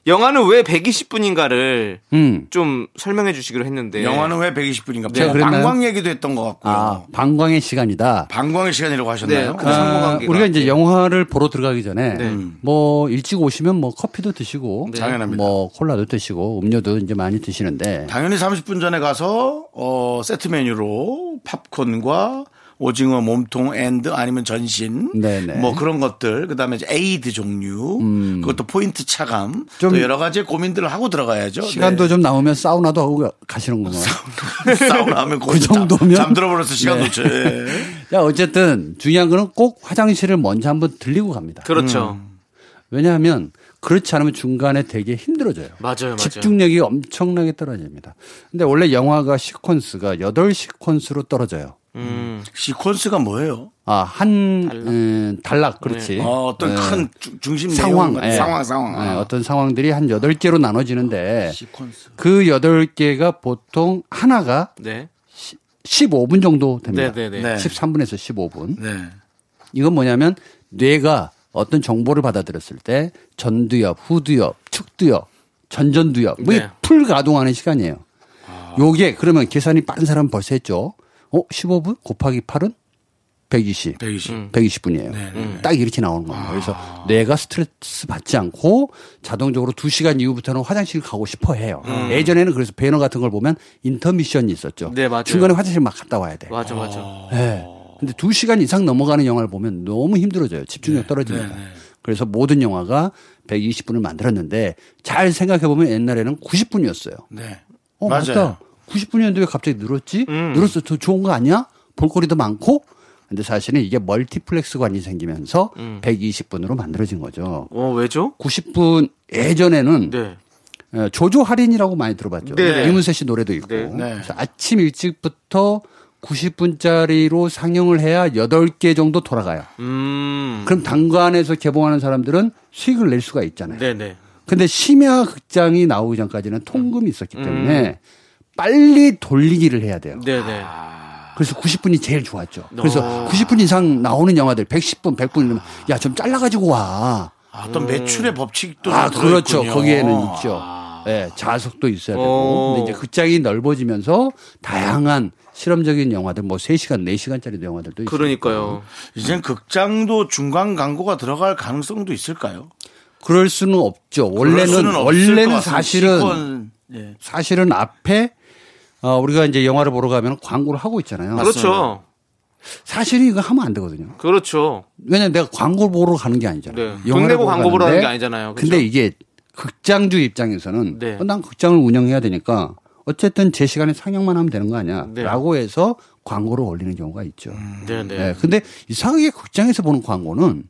영화는 왜 120분인가를 음. 좀 설명해 주시기로 했는데 음. 영화는 왜 120분인가? 제가 그랬나요? 방광 얘기도 했던 것 같고요. 아, 방광의 시간이다. 방광의 시간이라고 하셨나요? 네, 아, 그- 상관관계가. 우리가 이제 영화를 보러 들어가기 전에 네. 뭐 일찍 오시면 뭐 커피도 드시고 당연합니다. 뭐 콜라도 드시고 음료도 이제 많이 드시는데 당연히 30분 전에 가서 어, 세트 메뉴로 팝콘과 오징어 몸통 앤드 아니면 전신 네네. 음. 뭐 그런 것들 그다음에 이제 에이드 종류 그것도 포인트 차감 좀 또 여러 가지 고민들을 하고 들어가야죠. 시간도 네. 좀 남으면 사우나도 하고 가- 가시는구나. 사우나 하면 거의 잠- 그 정도면? 잠들어 버려서 시간 네. 놓쳐. 예. 야, 어쨌든 중요한 거는 꼭 화장실을 먼저 한번 들리고 갑니다. 그렇죠. 왜냐하면 그렇지 않으면 중간에 되게 힘들어져요. 네, 맞아요, 맞아요. 집중력이 엄청나게 떨어집니다. 근데 원래 영화가 시퀀스가 8시퀀스로 떨어져요. 음. 시퀀스가 뭐예요? 아, 한 달락, 달락 그렇지. 어, 아, 어떤 네. 큰 주- 중심 내용 상황, 같은 예. 상황 아. 상황. 예, 어떤 상황들이 한 8개로 아, 나눠지는데 시퀀스. 그 8개가 보통 하나가 네. 15분 정도 됩니다. 네, 네, 네. 13분에서 15분. 네. 이건 뭐냐면 뇌가 어떤 정보를 받아들였을 때 전두엽, 후두엽, 측두엽, 전전두엽 뭐 네. 아. 풀 가동하는 시간이에요. 요게 그러면 계산이 빠른 사람 벌써 했죠. 어, 15분 곱하기 8은 120. 120. 음. 120분이에요. 네, 딱 이렇게 나오는 아. 겁니다. 그래서 뇌가 스트레스 받지 않고 자동적으로 2시간 이후부터는 화장실 가고 싶어 해요. 예전에는 그래서 배너 같은 걸 보면 인터미션이 있었죠. 음. 네, 맞아요. 중간에 화장실 막 갔다 와야 돼. 맞아, 맞아. 예. 어. 근데 두 시간 이상 넘어가는 영화를 보면 너무 힘들어져요. 네. 집중력 떨어집니다. 그래서 모든 영화가 120분을 만들었는데 잘 생각해 보면 옛날에는 90분이었어요. 네. 어, 맞아요. 음. 맞다. 90분이었는데 왜 갑자기 늘었지? 늘었어. 더 좋은 거 아니야? 볼거리도 많고. 근데 사실은 이게 멀티플렉스관이 생기면서 음. 120분으로 만들어진 거죠. 어, 왜죠? 90분 예전에는 네. 어, 조조 할인이라고 많이 들어봤죠. 네네. 이문세 씨 노래도 있고. 네. 네. 그래서 아침 일찍부터 90분짜리로 상영을 해야 8개 정도 돌아가요. 음. 그럼 당관에서 개봉하는 사람들은 수익을 낼 수가 있잖아요. 네, 네. 근데 심야 극장이 나오기 전까지는 통금이 있었기 때문에 빨리 돌리기를 해야 돼요. 음. 네, 어. 네. 그래서 90분이 제일 좋았죠. 그래서 90분 이상 나오는 영화들 110분, 100분 이러면 야 좀 잘라가지고 와. 아, 어떤 매출의 법칙도 들어 아, 있군요. 아. 그렇죠. 거기에는 있죠. 예, 자석도 있어야 되고. 어. 근데 이제 극장이 넓어지면서 다양한 실험적인 영화들 뭐 3시간, 4시간짜리 영화들도 있어요. 그러니까요. 이젠 극장도 중간 광고가 들어갈 가능성도 있을까요? 그럴 수는 없죠. 원래는 수는 없을 것 원래는 같습니다. 사실은 시권, 예. 사실은 앞에 어, 우리가 이제 영화를 보러 가면 광고를 하고 있잖아요. 그렇죠. 사실은 이거 하면 안 되거든요. 그렇죠. 왜냐면 내가 광고를 보러 가는 게 아니잖아요. 네. 영화를 돈 내고 보러 광고 보러 가는 가는데 게 아니잖아요. 그렇죠? 근데 이게 극장주 입장에서는 네. 어, 난 극장을 운영해야 되니까 어쨌든 제 시간에 상영만 하면 되는 거 아니야. 네. 라고 해서 광고를 올리는 경우가 있죠. 네, 네. 네. 근데 이상하게 극장에서 보는 광고는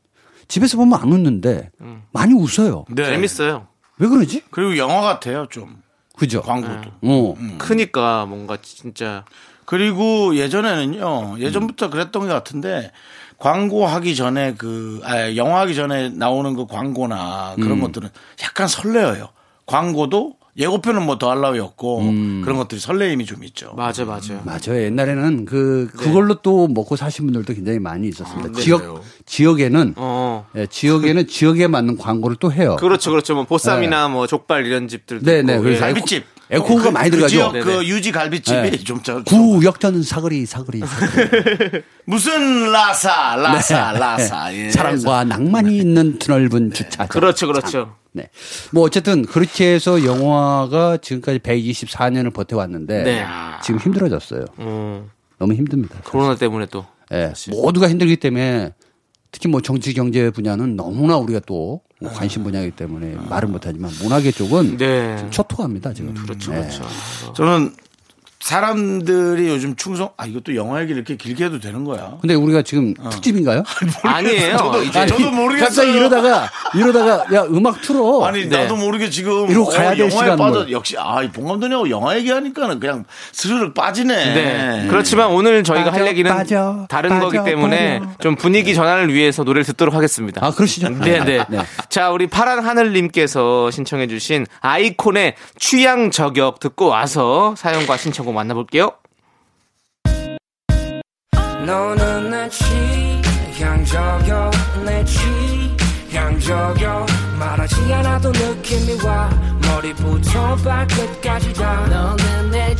집에서 보면 안 웃는데 음. 많이 웃어요. 네. 재밌어요. 왜 그러지? 그리고 영화 같아요, 좀. 그죠? 광고도. 어. 음. 크니까 뭔가 진짜 그리고 예전에는요, 예전부터 그랬던 것 같은데, 광고하기 전에 그, 아, 영화하기 전에 나오는 그 광고나 그런 음. 것들은 약간 설레어요. 광고도 예고편은 뭐 더할 나위 없고 음. 그런 것들이 설레임이 좀 있죠. 맞아, 맞아요. 맞아요. 옛날에는 그 네. 그걸로 또 먹고 사신 분들도 굉장히 많이 있었습니다. 지역 지역에는 아, 어. 예, 지역에는 지역에 맞는 광고를 또 해요. 그렇죠, 그렇죠. 뭐 보쌈이나 뭐 족발 이런 집들도 네, 있고. 네. 그래서 예. 알고- 갈비집. 에코가 많이 그 들어가죠. 지역 네네. 그 유지 갈비집이 네. 좀 저, 구역전 사거리 사거리 사거리. 무슨 라사 라사 네. 라사 네. 예. 사랑과 낭만이 있는 넓은 주차장. 그렇죠, 그렇죠. 네. 뭐 어쨌든 그렇게 해서 영화가 지금까지 124년을 버텨왔는데 네. 지금 힘들어졌어요. 음. 너무 힘듭니다. 코로나 때문에 또. 예, 모두가 힘들기 때문에 특히 뭐 정치 경제 분야는 너무나 우리가 또뭐 관심 분야이기 때문에 말은 못하지만 문화계 쪽은 네. 지금 초토화입니다 지금. 그렇죠, 그렇죠. 저는 사람들이 요즘 충성 아 이것도 영화 얘기를 이렇게 길게 해도 되는 거야. 근데 우리가 지금 특집인가요? 아니에요. 뭐, 이제 아니, 저도 모르겠어요. 갑자기 이러다가 이러다가 야 음악 틀어. 아니 네. 나도 모르게 지금 어, 이러고 가야 될 영화에 시간을. 빠져 역시 아봉 감독님하고 영화 얘기하니까는 그냥 스르륵 빠지네. 네. 그렇지만 오늘 저희가 빠져, 할 얘기는 빠져, 다른 빠져, 거기 때문에 빠져. 좀 분위기 전환을 위해서 노래를 듣도록 하겠습니다. 아, 그러시죠. 네, 네. 자, 우리 파란 하늘님께서 신청해주신 아이콘의 취향 저격 듣고 와서 사연과 신청곡 만나볼게요. 너는 내 취향 저격 내 취향 저격 말 변하지 않아도 느낌이 와 머리부터 발끝까지 다 너는 내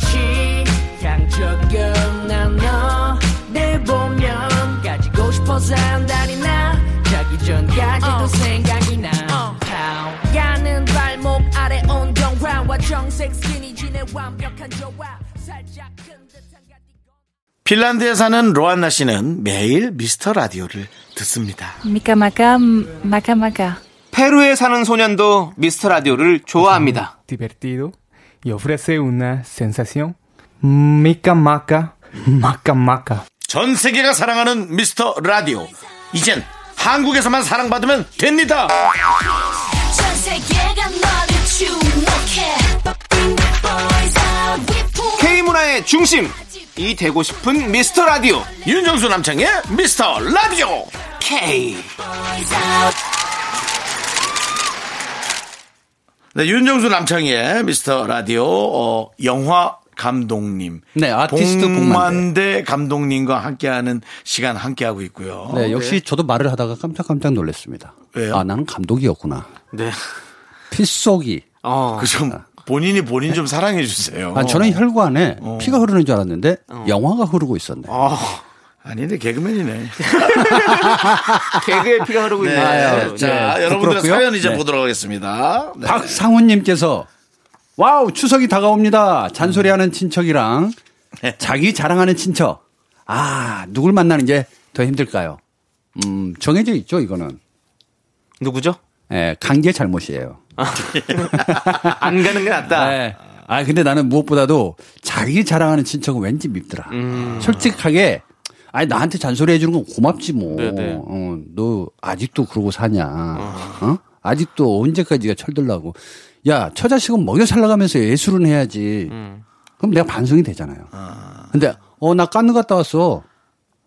취향적인 난너내 보면 가지고 싶어서 한달이 나 자기 전까지도 생각이 나 Pow. 가는 발목 아래 온동화와 정색 스키니진의 완벽한 조화 살짝 큰 듯한 가디건 핀란드에 사는 로안나 씨는 매일 미스터 라디오를 듣습니다. 미카마카 마카마카 페루에 사는 소년도 미스터 라디오를 좋아합니다. divertido y ofrece una sensación mica maca, maca maca. 전 세계가 사랑하는 미스터 라디오. 이젠 한국에서만 사랑받으면 됩니다. 전 세계가 너를 주목해 Boys are with K 문화의 네, 중심 이 되고 싶은 미스터 라디오 윤정수 남창의 미스터 라디오. K. boys out 네, 윤정수 남창희의 미스터 라디오 어, 영화 감독님. 네, 아티스트 복만대. 복만대 감독님과 함께하는 시간 함께하고 있고요. 네, 역시 저도 말을 하다가 깜짝깜짝 놀랐습니다. 왜요? 아, 나는 감독이었구나. 네. 필속이. 어. 그 좀 본인이 본인 좀 사랑해 주세요. 아, 저는 혈관에 피가 흐르는 줄 알았는데 영화가 흐르고 있었네. 아, 아닌데 개그맨이네. 개그에 피가 흐르고 있는 네, 요 자, 네, 여러분들의 부끄럽고요. 사연 이제 네. 보도록 하겠습니다. 네. 박상훈님께서 와우 추석이 다가옵니다. 잔소리하는 친척이랑 자기 자랑하는 친척. 아 누굴 만나는 게 더 힘들까요? 음 정해져 있죠 이거는. 누구죠? 예, 간게 잘못이에요. 안 가는 게 낫다. 예. 아 근데 나는 무엇보다도 자기 자랑하는 친척은 왠지 밉더라. 음. 솔직하게 아니 나한테 잔소리 해주는 건 고맙지 뭐. 네네. 어, 너 아직도 그러고 사냐? 어? 아직도 언제까지가 철들라고? 야, 처 자식은 먹여 살라가면서 예술은 해야지. 음. 그럼 내가 반성이 되잖아요. 근데 어 나 깐느 갔다 왔어.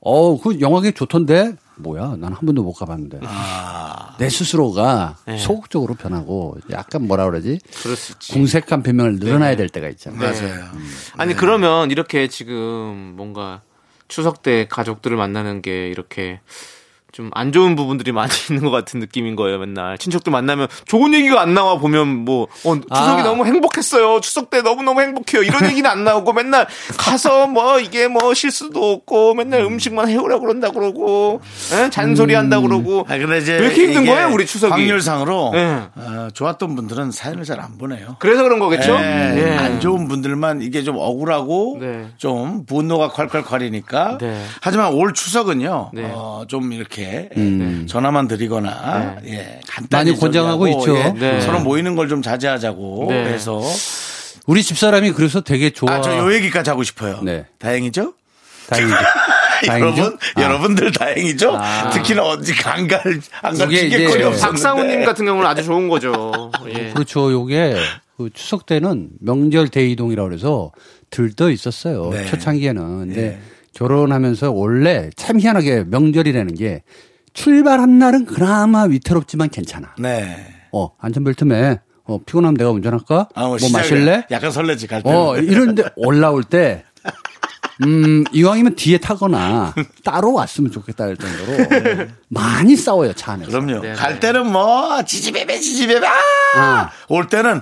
어 그 영화계 좋던데 뭐야? 난 한 번도 못 가봤는데. 아. 내 스스로가 네. 소극적으로 변하고 약간 뭐라 그러지? 그럴 수 있지. 궁색한 변명을 늘어나야 될 때가 있잖아요. 맞아요. 아니 네. 그러면 이렇게 지금 뭔가 추석 때 가족들을 만나는 게 이렇게 좀 안 좋은 부분들이 많이 있는 것 같은 느낌인 거예요 맨날 친척들 만나면 좋은 얘기가 안 나와 보면 뭐 어, 추석이 아. 너무 행복했어요 추석 때 너무 너무 행복해요 이런 얘기는 안 나오고 맨날 가서 뭐 이게 뭐 실수도 없고 맨날 음식만 해오라 그런다 그러고 에? 잔소리 한다 그러고 아, 근데 이제 왜 이렇게 힘든 이게 거예요 우리 추석이 확률상으로 예. 어, 좋았던 분들은 사연을 잘 안 보내요. 그래서 그런 거겠죠 예, 예. 안 좋은 분들만 이게 좀 억울하고 네. 좀 분노가 콸콸콸이니까 네. 하지만 올 추석은요 네. 어, 좀 이렇게 예, 전화만 드리거나 예, 간단히 음. 많이 권장하고 저기하고, 있죠. 예, 네. 서로 모이는 걸 좀 자제하자고 네. 해서 우리 집사람이 그래서 되게 좋아. 아 저 요 얘기까지 하고 싶어요. 네. 다행이죠? 다행이죠. 다행이죠? 여러분 아. 여러분들 다행이죠. 특히나 언제 안갈 안갈 이게 이제 네. 기계거리 없었는데. 아. 박상우님 같은 경우는 아주 좋은 거죠 네. 예. 그렇죠. 요게 그 추석 때는 명절 대이동이라고 그래서 들떠 있었어요. 네. 초창기에는. 근데 결혼하면서 원래 참 희한하게 명절이라는 게 출발한 날은 그나마 위태롭지만 괜찮아. 네. 어, 안전벨트 매. 어, 피곤하면 내가 운전할까? 아, 뭐 시작이야. 마실래? 약간 설레지 갈 때. 어, 이런데 올라올 때, 음, 이왕이면 뒤에 타거나 따로 왔으면 좋겠다 할 정도로 많이 싸워요, 차 안에서. 그럼요. 네, 갈 때는 뭐 지지배배 지지배배 아. 올 때는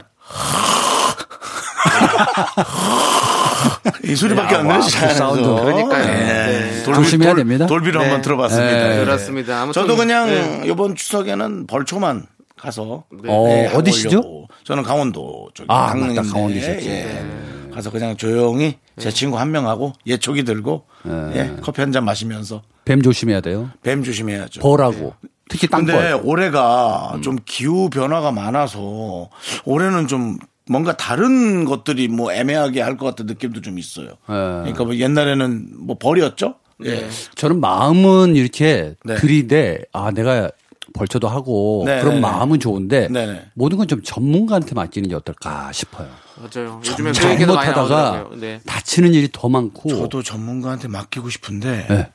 이 소리밖에 안 야, 와, 나지. 네. 그 사운드. 그러니까요. 네. 조심해야 됩니다. 돌비로 한번 들어봤습니다. 네. 예. 그렇습니다. 아무튼, 저도 그냥 네. 이번 추석에는 벌초만 가서 네, 어, 하고 어디시죠? 오려고. 저는 강원도 쪽에 아, 강릉인데, 맞다. 강원도셨지. 네. 예. 가서 그냥 조용히 제 친구 한 명하고 예초기 들고 네. 예, 커피 한 잔 마시면서 뱀 조심해야 돼요. 뱀 조심해야죠. 벌하고. 특히 근데 땅벌. 올해가 음. 좀 기후 변화가 많아서 올해는 좀 뭔가 다른 것들이 뭐 애매하게 할 것 같은 느낌도 좀 있어요. 예. 그러니까 뭐 옛날에는 뭐 벌이었죠. 예. 저는 마음은 이렇게 네. 들이대, 아, 내가 벌초도 하고 네, 그런 네. 마음은 좋은데 네네. 모든 건 좀 전문가한테 맡기는 게 어떨까 싶어요. 맞아요. 요즘에 그 얘기도 많이 잘못하다가 나오더라고요. 네. 다치는 일이 더 많고 예. 저도 전문가한테 맡기고 싶은데 네.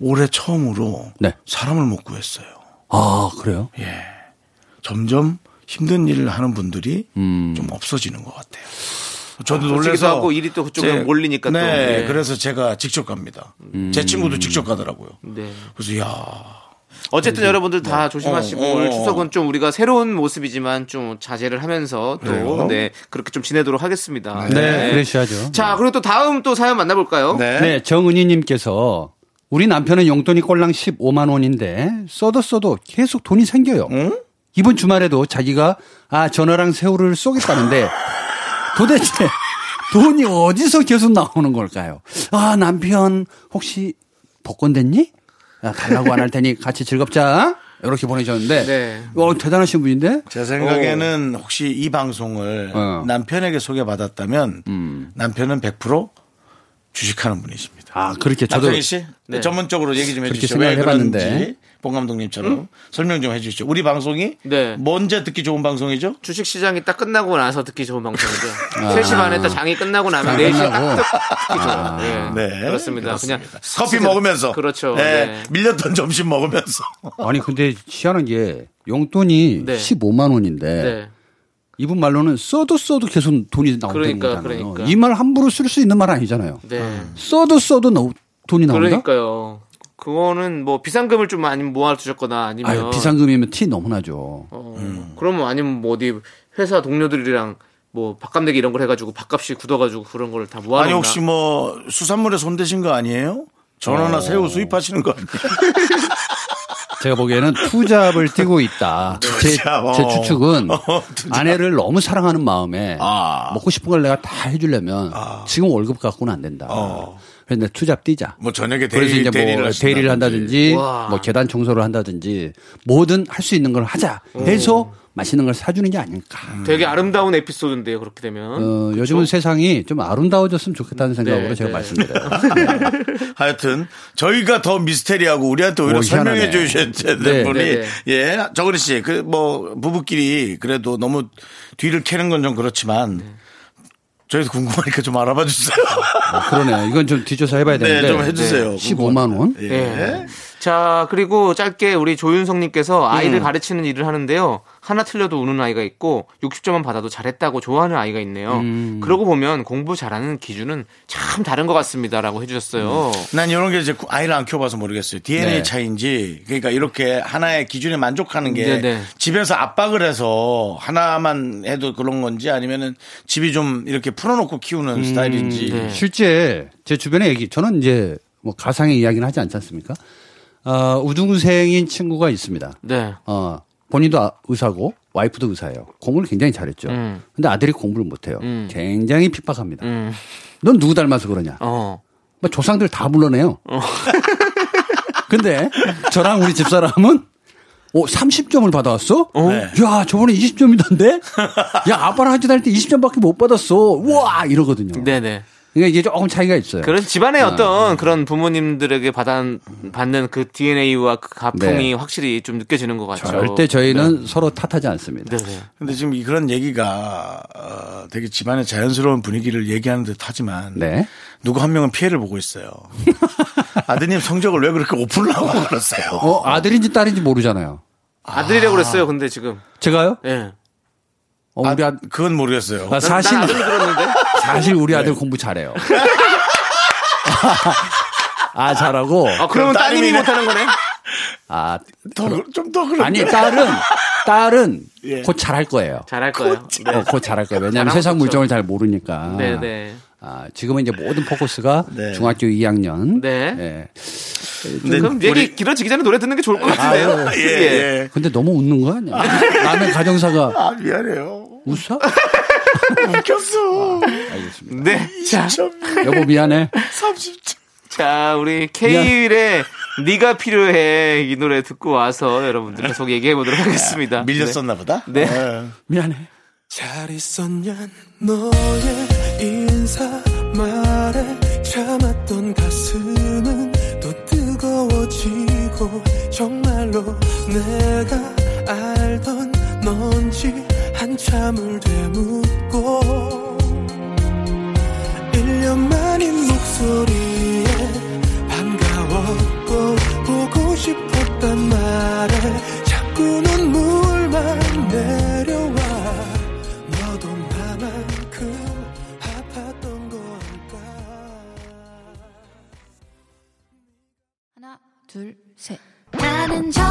올해 처음으로 네. 사람을 못 구했어요. 아 그래요? 네. 점점 힘든 일을 하는 분들이 좀 없어지는 것 같아요. 저도 음. 아, 솔직히도 놀래서 하고 일이 또 그쪽으로 제- 몰리니까 또. 음. 네, 네. 그래서 제가 직접 갑니다. 제 친구도 직접 가더라고요. 네. 그래서 야 어쨌든 여러분들 다 조심하시고 어, 어, 오늘 어. 추석은 좀 우리가 새로운 모습이지만 좀 자제를 하면서 그래요? 또 네, 그렇게 좀 지내도록 하겠습니다. 네, 네. 그러셔야죠. 자, 그리고 또 다음 또 사연 만나볼까요? 아, 예? 네. 정은희님께서 우리 남편은 용돈이 꼴랑 15만 원인데 써도 써도 계속 돈이 생겨요. 이번 주말에도 자기가 아 전어랑 새우를 쏘겠다는데 도대체 돈이 어디서 계속 나오는 걸까요? 아 남편 혹시 복권 됐니? 아, 달라고 안 할 테니 같이 즐겁자. 이렇게 보내셨는데 네. 와 대단하신 분인데 제 생각에는 혹시 이 방송을 어. 남편에게 소개받았다면 남편은 100% 주식하는 분이십니다. 아 그렇게 저도 남편희 씨 네. 전문적으로 얘기 좀 그렇게 해주시죠. 왜 생각을 그런지 해봤는데. 봉 감독님처럼 설명 좀 해주시죠. 우리 방송이 언제 듣기 좋은 방송이죠? 주식 시장이 딱 끝나고 나서 듣기 좋은 방송인데 아. 3시 반에 딱 장이 끝나고 나면 장 4시에 끝나고. 딱 듣기 좋아요. 아. 예. 네. 그렇습니다. 그냥 커피 먹으면서 그렇죠. 네. 네. 밀렸던 점심 먹으면서 아니 근데 희한한 게 용돈이 네. 15만 원인데 네. 이분 말로는 써도 써도 계속 돈이 나온다는 그러니까, 거잖아요. 그러니까. 이 말 함부로 쓸 수 있는 말 아니잖아요. 네. 써도 써도 너- 돈이 나온다? 그러니까요. 그거는 뭐 비상금을 좀 많이 모아두셨거나 아니면 아유, 비상금이면 티 너무나죠. 어, 음. 그러면 아니면 뭐 어디 회사 동료들이랑 뭐 밥값내기 이런 걸 해가지고 밥값이 굳어가지고 그런 걸 다 모아놓나 아니 혹시 뭐 수산물에 손 대신 거 아니에요? 전어나 어. 새우 수입하시는 거 아니에요? 제가 보기에는 투잡을 뛰고 있다. 제, 투잡, 어. 제 추측은 아내를 너무 사랑하는 마음에 아. 먹고 싶은 걸 내가 다 해주려면 지금 월급 갖고는 안 된다. 그래서 내 투잡 뛰자. 어. 뭐 저녁에 그래서 대리- 이제 대리를 뭐 하신다든지. 대리를 한다든지 와. 뭐 계단 청소를 한다든지 뭐든 할 수 있는 걸 하자 음. 해서 맛있는 걸 사주는 게 아닐까. 뭐- 되게 아름다운 에피소드인데요 그렇게 되면 음. 어, 요즘은 세상이 좀 아름다워졌으면 좋겠다는 네, 생각으로 제가 말씀드려요. 하여튼 저희가 더 미스테리하고 우리한테 오히려 오, 설명해 희한하네. 주셔야 되는 네. 분이 네, 네. 예 정은희 씨그뭐 부부끼리 그래도 너무 뒤를 캐는 건 좀 그렇지만 저희도 궁금하니까 좀 알아봐 주세요. 그러네요. 이건 좀 뒤져서 해봐야 네, 되는데. 좀 해주세요. 네. 15만 원? 예. 자, 그리고 짧게 우리 조윤성님께서 아이를 음. 가르치는 일을 하는데요. 하나 틀려도 우는 아이가 있고 60점만 받아도 잘했다고 좋아하는 아이가 있네요. 음. 그러고 보면 공부 잘하는 기준은 참 다른 것 같습니다라고 해주셨어요. 난 이런 게 이제 아이를 안 키워봐서 모르겠어요. DNA 네. 차이인지 그러니까 이렇게 하나의 기준에 만족하는 게 네, 네. 집에서 압박을 해서 하나만 해도 그런 건지 아니면은 집이 좀 이렇게 풀어놓고 음, 키우는 스타일인지 네. 네. 실제 제 주변의 얘기, 저는 이제 뭐 가상의 이야기는 하지 않지 않습니까? 아, 우등생인 친구가 있습니다. 네. 어, 본인도 아- 의사고 와이프도 의사예요. 공부를 굉장히 잘했죠. 음. 근데 아들이 공부를 못해요. 음. 굉장히 핍박합니다. 음. 넌 누구 닮아서 그러냐? 어. 뭐 조상들 다 불러내요. 근데 저랑 우리 집사람은 오, 30점을 받아왔어? 네. 야, 저번에 20점이던데? 야, 아빠랑 같이 다닐 때 20점밖에 못 받았어. 우와! 이러거든요. 네네. 그렇죠. 그러니까 이게 조금 차이가 있어요. 그런 집안의 아. 어떤 그런 부모님들에게 받아, 받는 그 DNA와 그 가풍이 네. 확실히 좀 느껴지는 것 같아요. 절대 저희는 네. 서로 탓하지 않습니다. 근데 지금 이- 그런 얘기가 어, 되게 집안의 자연스러운 분위기를 얘기하는 듯하지만 네. 누구 한 명은 피해를 보고 있어요. 아드님 성적을 왜 그렇게 오픈하고 그러세요? 어, 아들인지 딸인지 모르잖아요. 아들이라고 그랬어요, 근데 지금. 제가요? 예. 어, 우리 아, 그건 모르겠어요. 아, 사실, 난 아들로 들었는데. 네. 사실 우리 아들 공부 잘해요. 아, 잘하고. 아, 그러면 따님이 못 못하는 거네? 아, 좀더 그런데. 아니, 딸은, 딸은 예. 곧 잘할 거예요. 잘할 거예요. 네. 어, 곧 잘할 거예요. 왜냐하면 잘하고 세상 있죠. 물정을 잘 모르니까. 네네. 아, 지금은 이제 모든 포커스가 네. 중학교 2학년. 네. 예. 그럼 얘기 길어지기 전에 노래 듣는 게 좋을 것 같은데요. 예. 아유, 예, 근데 너무 웃는 거 아니야? 나는 가정사가 아, 미안해요. 웃어? 웃겼어. 알겠습니다. 네. 자, 여보 미안해. 30점. 자, 우리 케이윌의 네가 필요해 이 노래 듣고 와서 여러분들 계속 얘기해 보도록 하겠습니다. 아, 밀렸었나 보다. 어. 네. 미안해. 잘 있었냐 너의 인사 말에 참았던 가슴은 또 뜨거워지고 정말로 내가 알던 넌지 한참을 되묻고 1년 만인 목소리에 반가웠고 보고 싶었단 말에 자꾸 눈물만 내려와 너도 나만큼 아팠던 걸까 둘, 셋. 나는 저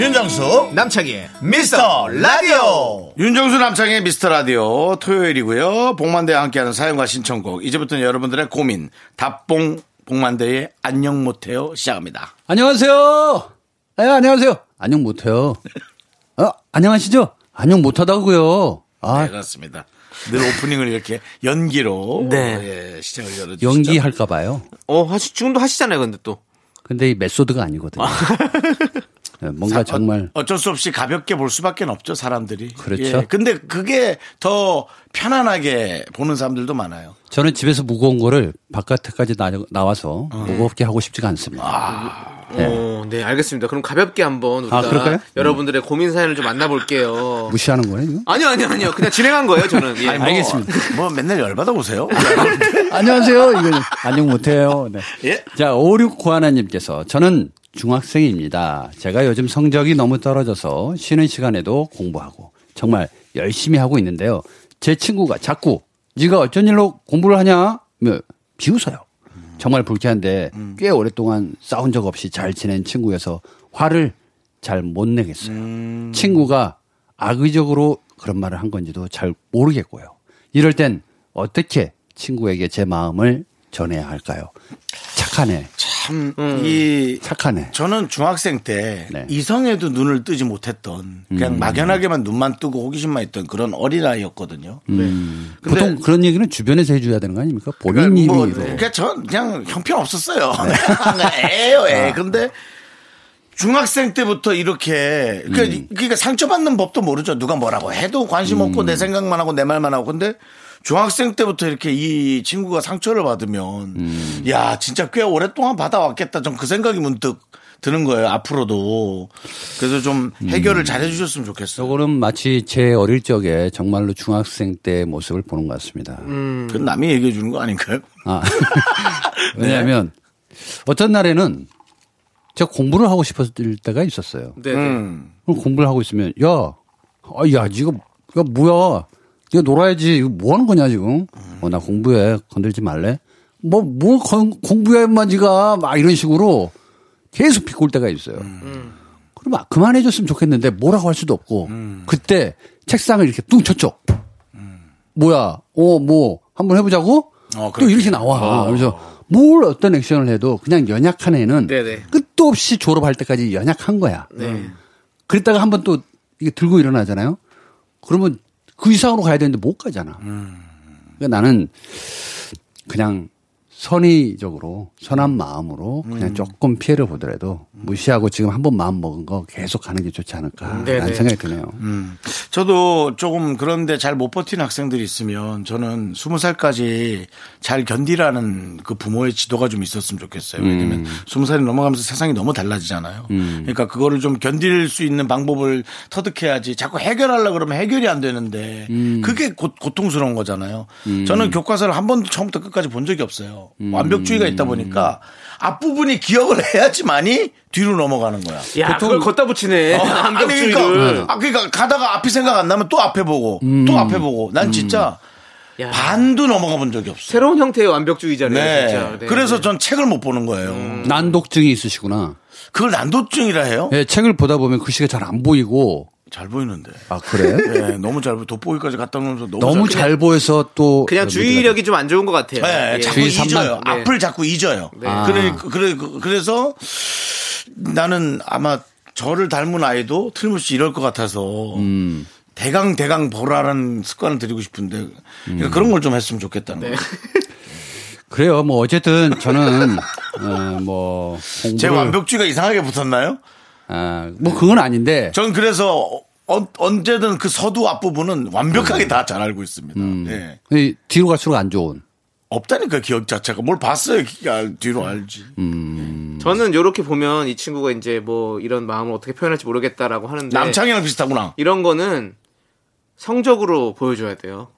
윤정수 남창희의 미스터 라디오 네. 윤정수 남창희의 미스터 라디오 토요일이고요 복만대와 함께하는 사연과 신청곡 이제부터는 여러분들의 고민 답봉 복만대의 안녕 못해요 시작합니다 안녕하세요. 아, 안녕하세요. 안녕 못해요. 아, 안녕하시죠? 안녕 못하다고요. 아, 네 그렇습니다 늘 오프닝을 이렇게 연기로 네. 예, 시작을 열어주시죠 연기할까봐요. 어, 하시, 지금도 하시잖아요, 근데 또. 근데 이 메소드가 아니거든요. 네, 뭔가 사- 정말 어, 어쩔 수 없이 가볍게 볼 수밖에 없죠 사람들이 예. 그렇죠. 근데 그게 더 편안하게 보는 사람들도 많아요 저는 집에서 무거운 거를 바깥에까지 나, 나와서 무겁게 하고 싶지가 않습니다. 네. 어, 네, 알겠습니다. 그럼 가볍게 한번 우리가 아, 그럴까요? 여러분들의 고민 사연을 좀 만나볼게요. 아, 무시하는 거예요? 이거? 아니요, 아니요, 아니요. 그냥 진행한 거예요, 저는. 예. 아니, 뭐, 알겠습니다. 뭐 맨날 열받아 보세요 안녕하세요. 이거 안녕 못해요. 네. 예. 자, 5691님께서 저는 중학생입니다. 제가 요즘 성적이 너무 떨어져서 쉬는 시간에도 공부하고 정말 열심히 하고 있는데요. 제 친구가 자꾸 네가 어쩐 일로 공부를 하냐? 며 비웃어요. 정말 불쾌한데 꽤 오랫동안 싸운 적 없이 잘 지낸 친구여서 화를 잘 못 내겠어요. 음. 친구가 악의적으로 그런 말을 한 건지도 잘 모르겠고요. 이럴 땐 어떻게 친구에게 제 마음을 전해야 할까요? 착하네. 음, 이 착하네. 저는 중학생 때 네. 음. 이성에도 눈을 뜨지 못했던 그냥 막연하게만 눈만 뜨고 호기심만 있던 그런 어린아이였거든요. 네. 음. 근데- 보통 그런 얘기는 주변에서 해줘야 되는 거 아닙니까? 그러니까 본인이. 뭐, 이거. 네. 그러니까 전 그냥 형편 없었어요. 애요, 아. 애. 근데 중학생 때부터 이렇게 그러니까, 음. 이- 그러니까 상처받는 법도 모르죠. 누가 뭐라고 해도 관심 없고 내 생각만 하고 내 말만 하고 근데 중학생 때부터 이렇게 이 친구가 상처를 받으면 음. 야 진짜 꽤 오랫동안 받아왔겠다. 좀 그 생각이 문득 드는 거예요. 앞으로도 그래서 좀 음. 해결을 잘 해주셨으면 좋겠어요. 저거는 마치 제 어릴 적에 정말로 중학생 때 모습을 보는 것 같습니다. 그건 남이 얘기해 주는 거 아닌가요? 아. 왜냐하면 어떤 날에는 제가 공부를 하고 싶었을 때가 있었어요. 네, 네. 음. 그럼 공부를 하고 있으면 야, 아, 야, 니가 야 뭐야, 니가 놀아야지. 이거 뭐 하는 거냐 지금? 어, 나 공부해 건들지 말래. 뭐 뭘 공부해만 지가 막 이런 식으로 계속 비꼴 때가 있어요. 그럼 아, 그만해줬으면 좋겠는데 뭐라고 할 수도 없고 그때 책상을 이렇게 뚱 쳤죠. 뭐야, 어, 뭐 한번 해보자고. 어, 또 그렇게. 이렇게 나와. 그래서 뭘 어떤 액션을 해도 그냥 연약한 애는 네네. 끝도 없이 졸업할 때까지 연약한 거야. 그랬다가 한 번 또 이게 들고 일어나잖아요. 그러면 그 이상으로 가야 되는데 못 가잖아. 그러니까 나는 그냥 선의적으로 선한 마음으로 그냥 조금 피해를 보더라도 무시하고 지금 한 번 마음 먹은 거 계속 가는 게 좋지 않을까라는 네네. 생각이 드네요. 음. 저도 조금 그런데 잘 못 버틴 학생들이 있으면 저는 스무 살까지 잘 견디라는 그 부모의 지도가 좀 있었으면 좋겠어요. 왜냐면 스무 살이 넘어가면서 세상이 너무 달라지잖아요. 그러니까 그거를 좀 견딜 수 있는 방법을 터득해야지 자꾸 해결하려고 그러면 해결이 안 되는데 그게 고, 통스러운 거잖아요. 저는 교과서를 한 번도 처음부터 끝까지 본 적이 없어요. 완벽주의가 있다 보니까 앞부분이 기억을 해야지만이 뒤로 넘어가는 거야. 야, 그걸 걷다 붙이네. 어, 아니, 암벽주의를. 그러니까, 아, 그러니까 가다가 앞이 생각 안 나면 또 앞에 보고 음. 또 앞에 보고 난 진짜 야, 반도 넘어가 본 적이 없어. 새로운 형태의 완벽주의잖아요, 네. 진짜. 네. 음. 그래서 전 책을 못 보는 거예요. 난독증이 있으시구나. 그걸 난도증이라 해요? 예, 책을 보다 보면 글씨가 잘 안 보이고 잘 보이는데. 아 그래? 네, 너무 잘 보이. 돋보기까지 갔다 오면서 너무, 너무 잘 잘 보여서 또 어, 그냥 주의력이 좀 안 좋은 것 같아요. 네, 예. 자꾸 주의 잊어요. 산만. 네. 앞을 자꾸 잊어요. 아. 그래, 그래, 그래서 나는 아마 저를 닮은 아이도 틀림없이 이럴 것 같아서 음. 대강 대강 보라는 습관을 들이고 싶은데 그러니까 그런 걸 좀 했으면 좋겠다는 네. 거예요. 그래요. 뭐 어쨌든 저는 어, 뭐 공부를 제 완벽주의가 이상하게 붙었나요? 아, 뭐 그건 아닌데 전 그래서 어- 언제든 그 서두 앞부분은 음. 완벽하게 다 잘 알고 있습니다. 예. 이 뒤로 갈수록 안 좋은. 없다니까 기억 자체가 뭘 봤어요 기- 아, 음. 뒤로 알지. 네. 저는 요렇게 보면 이 친구가 이제 뭐 이런 마음을 어떻게 표현할지 모르겠다라고 하는데. 남창이랑 비슷하구나. 이런 거는 성적으로 보여줘야 돼요.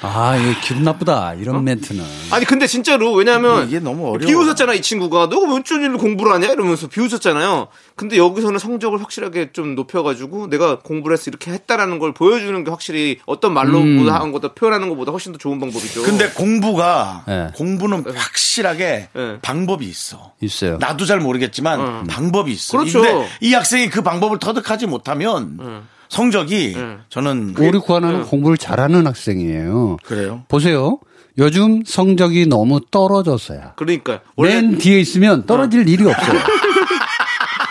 아, 이거 기분 나쁘다. 어? 이런 멘트는. 아니 근데 진짜로 왜냐하면 이게 너무 어려워. 비웃었잖아 이 친구가 너가 왜 어쩐 일로 공부를 하냐 이러면서 비웃었잖아요. 근데 여기서는 성적을 확실하게 좀 높여가지고 내가 공부를 해서 이렇게 했다라는 걸 보여주는 게 확실히 어떤 말로 뭐 음. 한 것보다 표현하는 것보다 훨씬 더 좋은 방법이죠. 근데 공부가 예. 공부는 확실하게 방법이 있어. 있어요. 나도 잘 모르겠지만 방법이 있어. 그렇죠. 근데 이 학생이 그 방법을 터득하지 못하면 예. 성적이 저는 5, 6, 9 하나는 공부를 잘하는 학생이에요. 어. 그래요. 보세요. 요즘 성적이 너무 떨어져서야. 그러니까 맨 뒤에 있으면 떨어질 일이 없어요. 그러니까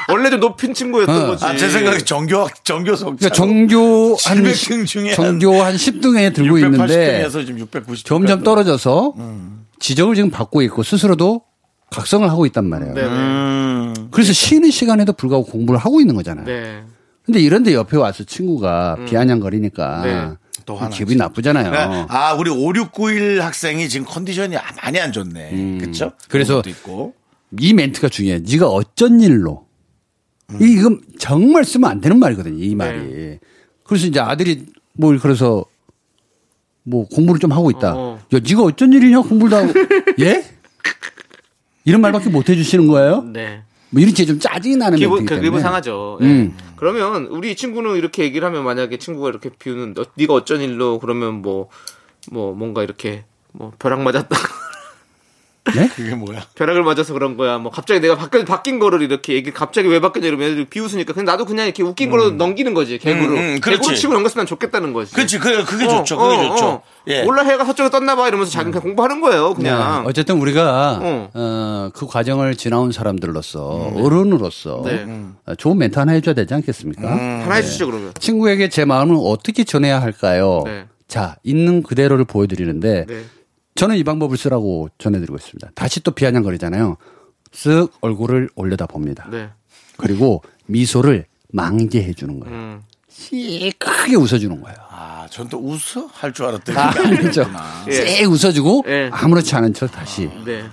원래 좀 높은 친구였던 어. 거지. 아, 제 생각에 정교 정교 성. 그러니까 정교 한 700등 중에 정교 한 10등에 680 들고 있는데 등에서 지금 690 점점 까지. 음. 떨어져서 지적을 지금 받고 있고 스스로도 각성을 하고 있단 말이에요. 네네. 음. 그러니까. 그래서 쉬는 시간에도 불구하고 공부를 하고 있는 거잖아요. 네. 근데 이런데 옆에 와서 친구가 음. 비아냥거리니까 네. 좀 화나지. 기분이 나쁘잖아요. 네. 아, 우리 5691 학생이 지금 컨디션이 아- 많이 안 좋네. 그렇죠? 음. 그래서 이 멘트가 중요해. 네가 어쩐 일로 음. 이 이건 정말 쓰면 안 되는 말이거든요. 네. 이 말이. 그래서 이제 아들이 뭘 그래서 뭐 공부를 좀 하고 있다. 야, 네가 어쩐 일이냐 공부를 다 하고. 예? 이런 말밖에 못 해주시는 거예요? 네. 뭐 이런 게 좀 짜증이 나는 기분, 멘트이기 그, 때문에. 기분 상하죠. 예. 음. 그러면 우리 이 친구는 이렇게 얘기를 하면 만약에 친구가 이렇게 비우는 너, 네가 어쩐 일로 그러면 뭐 뭐 뭔가 이렇게 뭐 벼락 맞았다. 네? 그게 뭐야? 벼락을 맞아서 그런 거야. 뭐 갑자기 내가 바뀐 바뀐 거를 이렇게 얘기 갑자기 왜 바뀌냐 이러면 애들이 비웃으니까 그냥 나도 그냥 이렇게 웃긴 걸로 넘기는 거지. 개그로. 음, 음, 그렇지. 개그로 치고 넘겼으면 좋겠다는 거지. 그렇지. 그 어, 그게 좋죠. 그게 좋죠. 예. 음. 몰라 해가 서쪽에 떴나 봐 이러면서 자기는 그냥 공부하는 거예요. 그냥. 네. 어쨌든 우리가 어, 그 과정을 지나온 사람들로서 어른으로서 음, 네. 음. 어, 좋은 멘트 하나 해줘야 되지 않겠습니까? 하나 해주시죠 그러면. 친구에게 제 마음을 어떻게 전해야 할까요? 네. 자, 있는 그대로를 보여드리는데 네. 저는 이 방법을 쓰라고 전해드리고 있습니다. 다시 또 비아냥거리잖아요. 쓱 얼굴을 올려다 봅니다. 네. 그리고 미소를 만개해 주는 거예요. 음. 크게 웃어주는 거예요. 아, 전 또 웃어? 할 줄 알았더니. 아, 그렇죠. 예. 쓱 웃어주고 아무렇지 않은 척 다시. 네.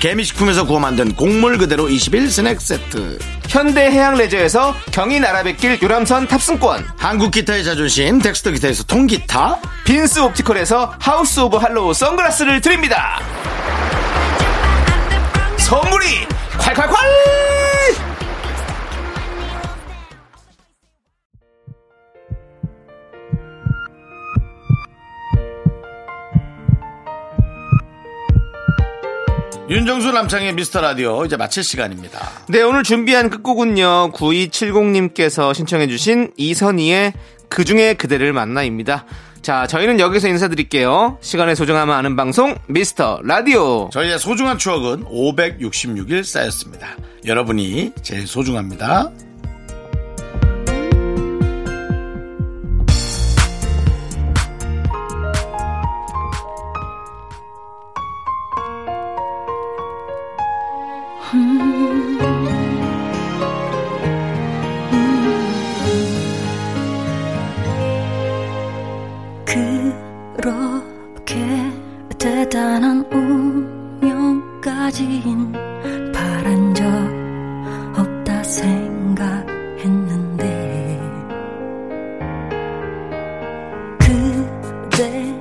개미식품에서 구워 만든 곡물 그대로 21 스낵 세트. 현대 해양 레저에서 경인 아라뱃길 유람선 탑승권, 한국 기타의 자존심 덱스터 기타에서 통기타. 빈스 옵티컬에서 하우스 오브 할로우 선글라스를 드립니다. 선물이 콸콸콸! 윤정수 남창의 미스터 라디오 이제 마칠 시간입니다. 네, 오늘 준비한 끝곡은요. 9270님께서 신청해주신 이선희의 그중에 그대를 만나입니다. 자, 저희는 여기서 인사드릴게요. 시간의 소중함을 아는 방송 미스터 라디오. 저희의 소중한 추억은 566일 쌓였습니다. 여러분이 제일 소중합니다. 그렇게 대단한 운명까지인 바란 적 없다 생각했는데 그대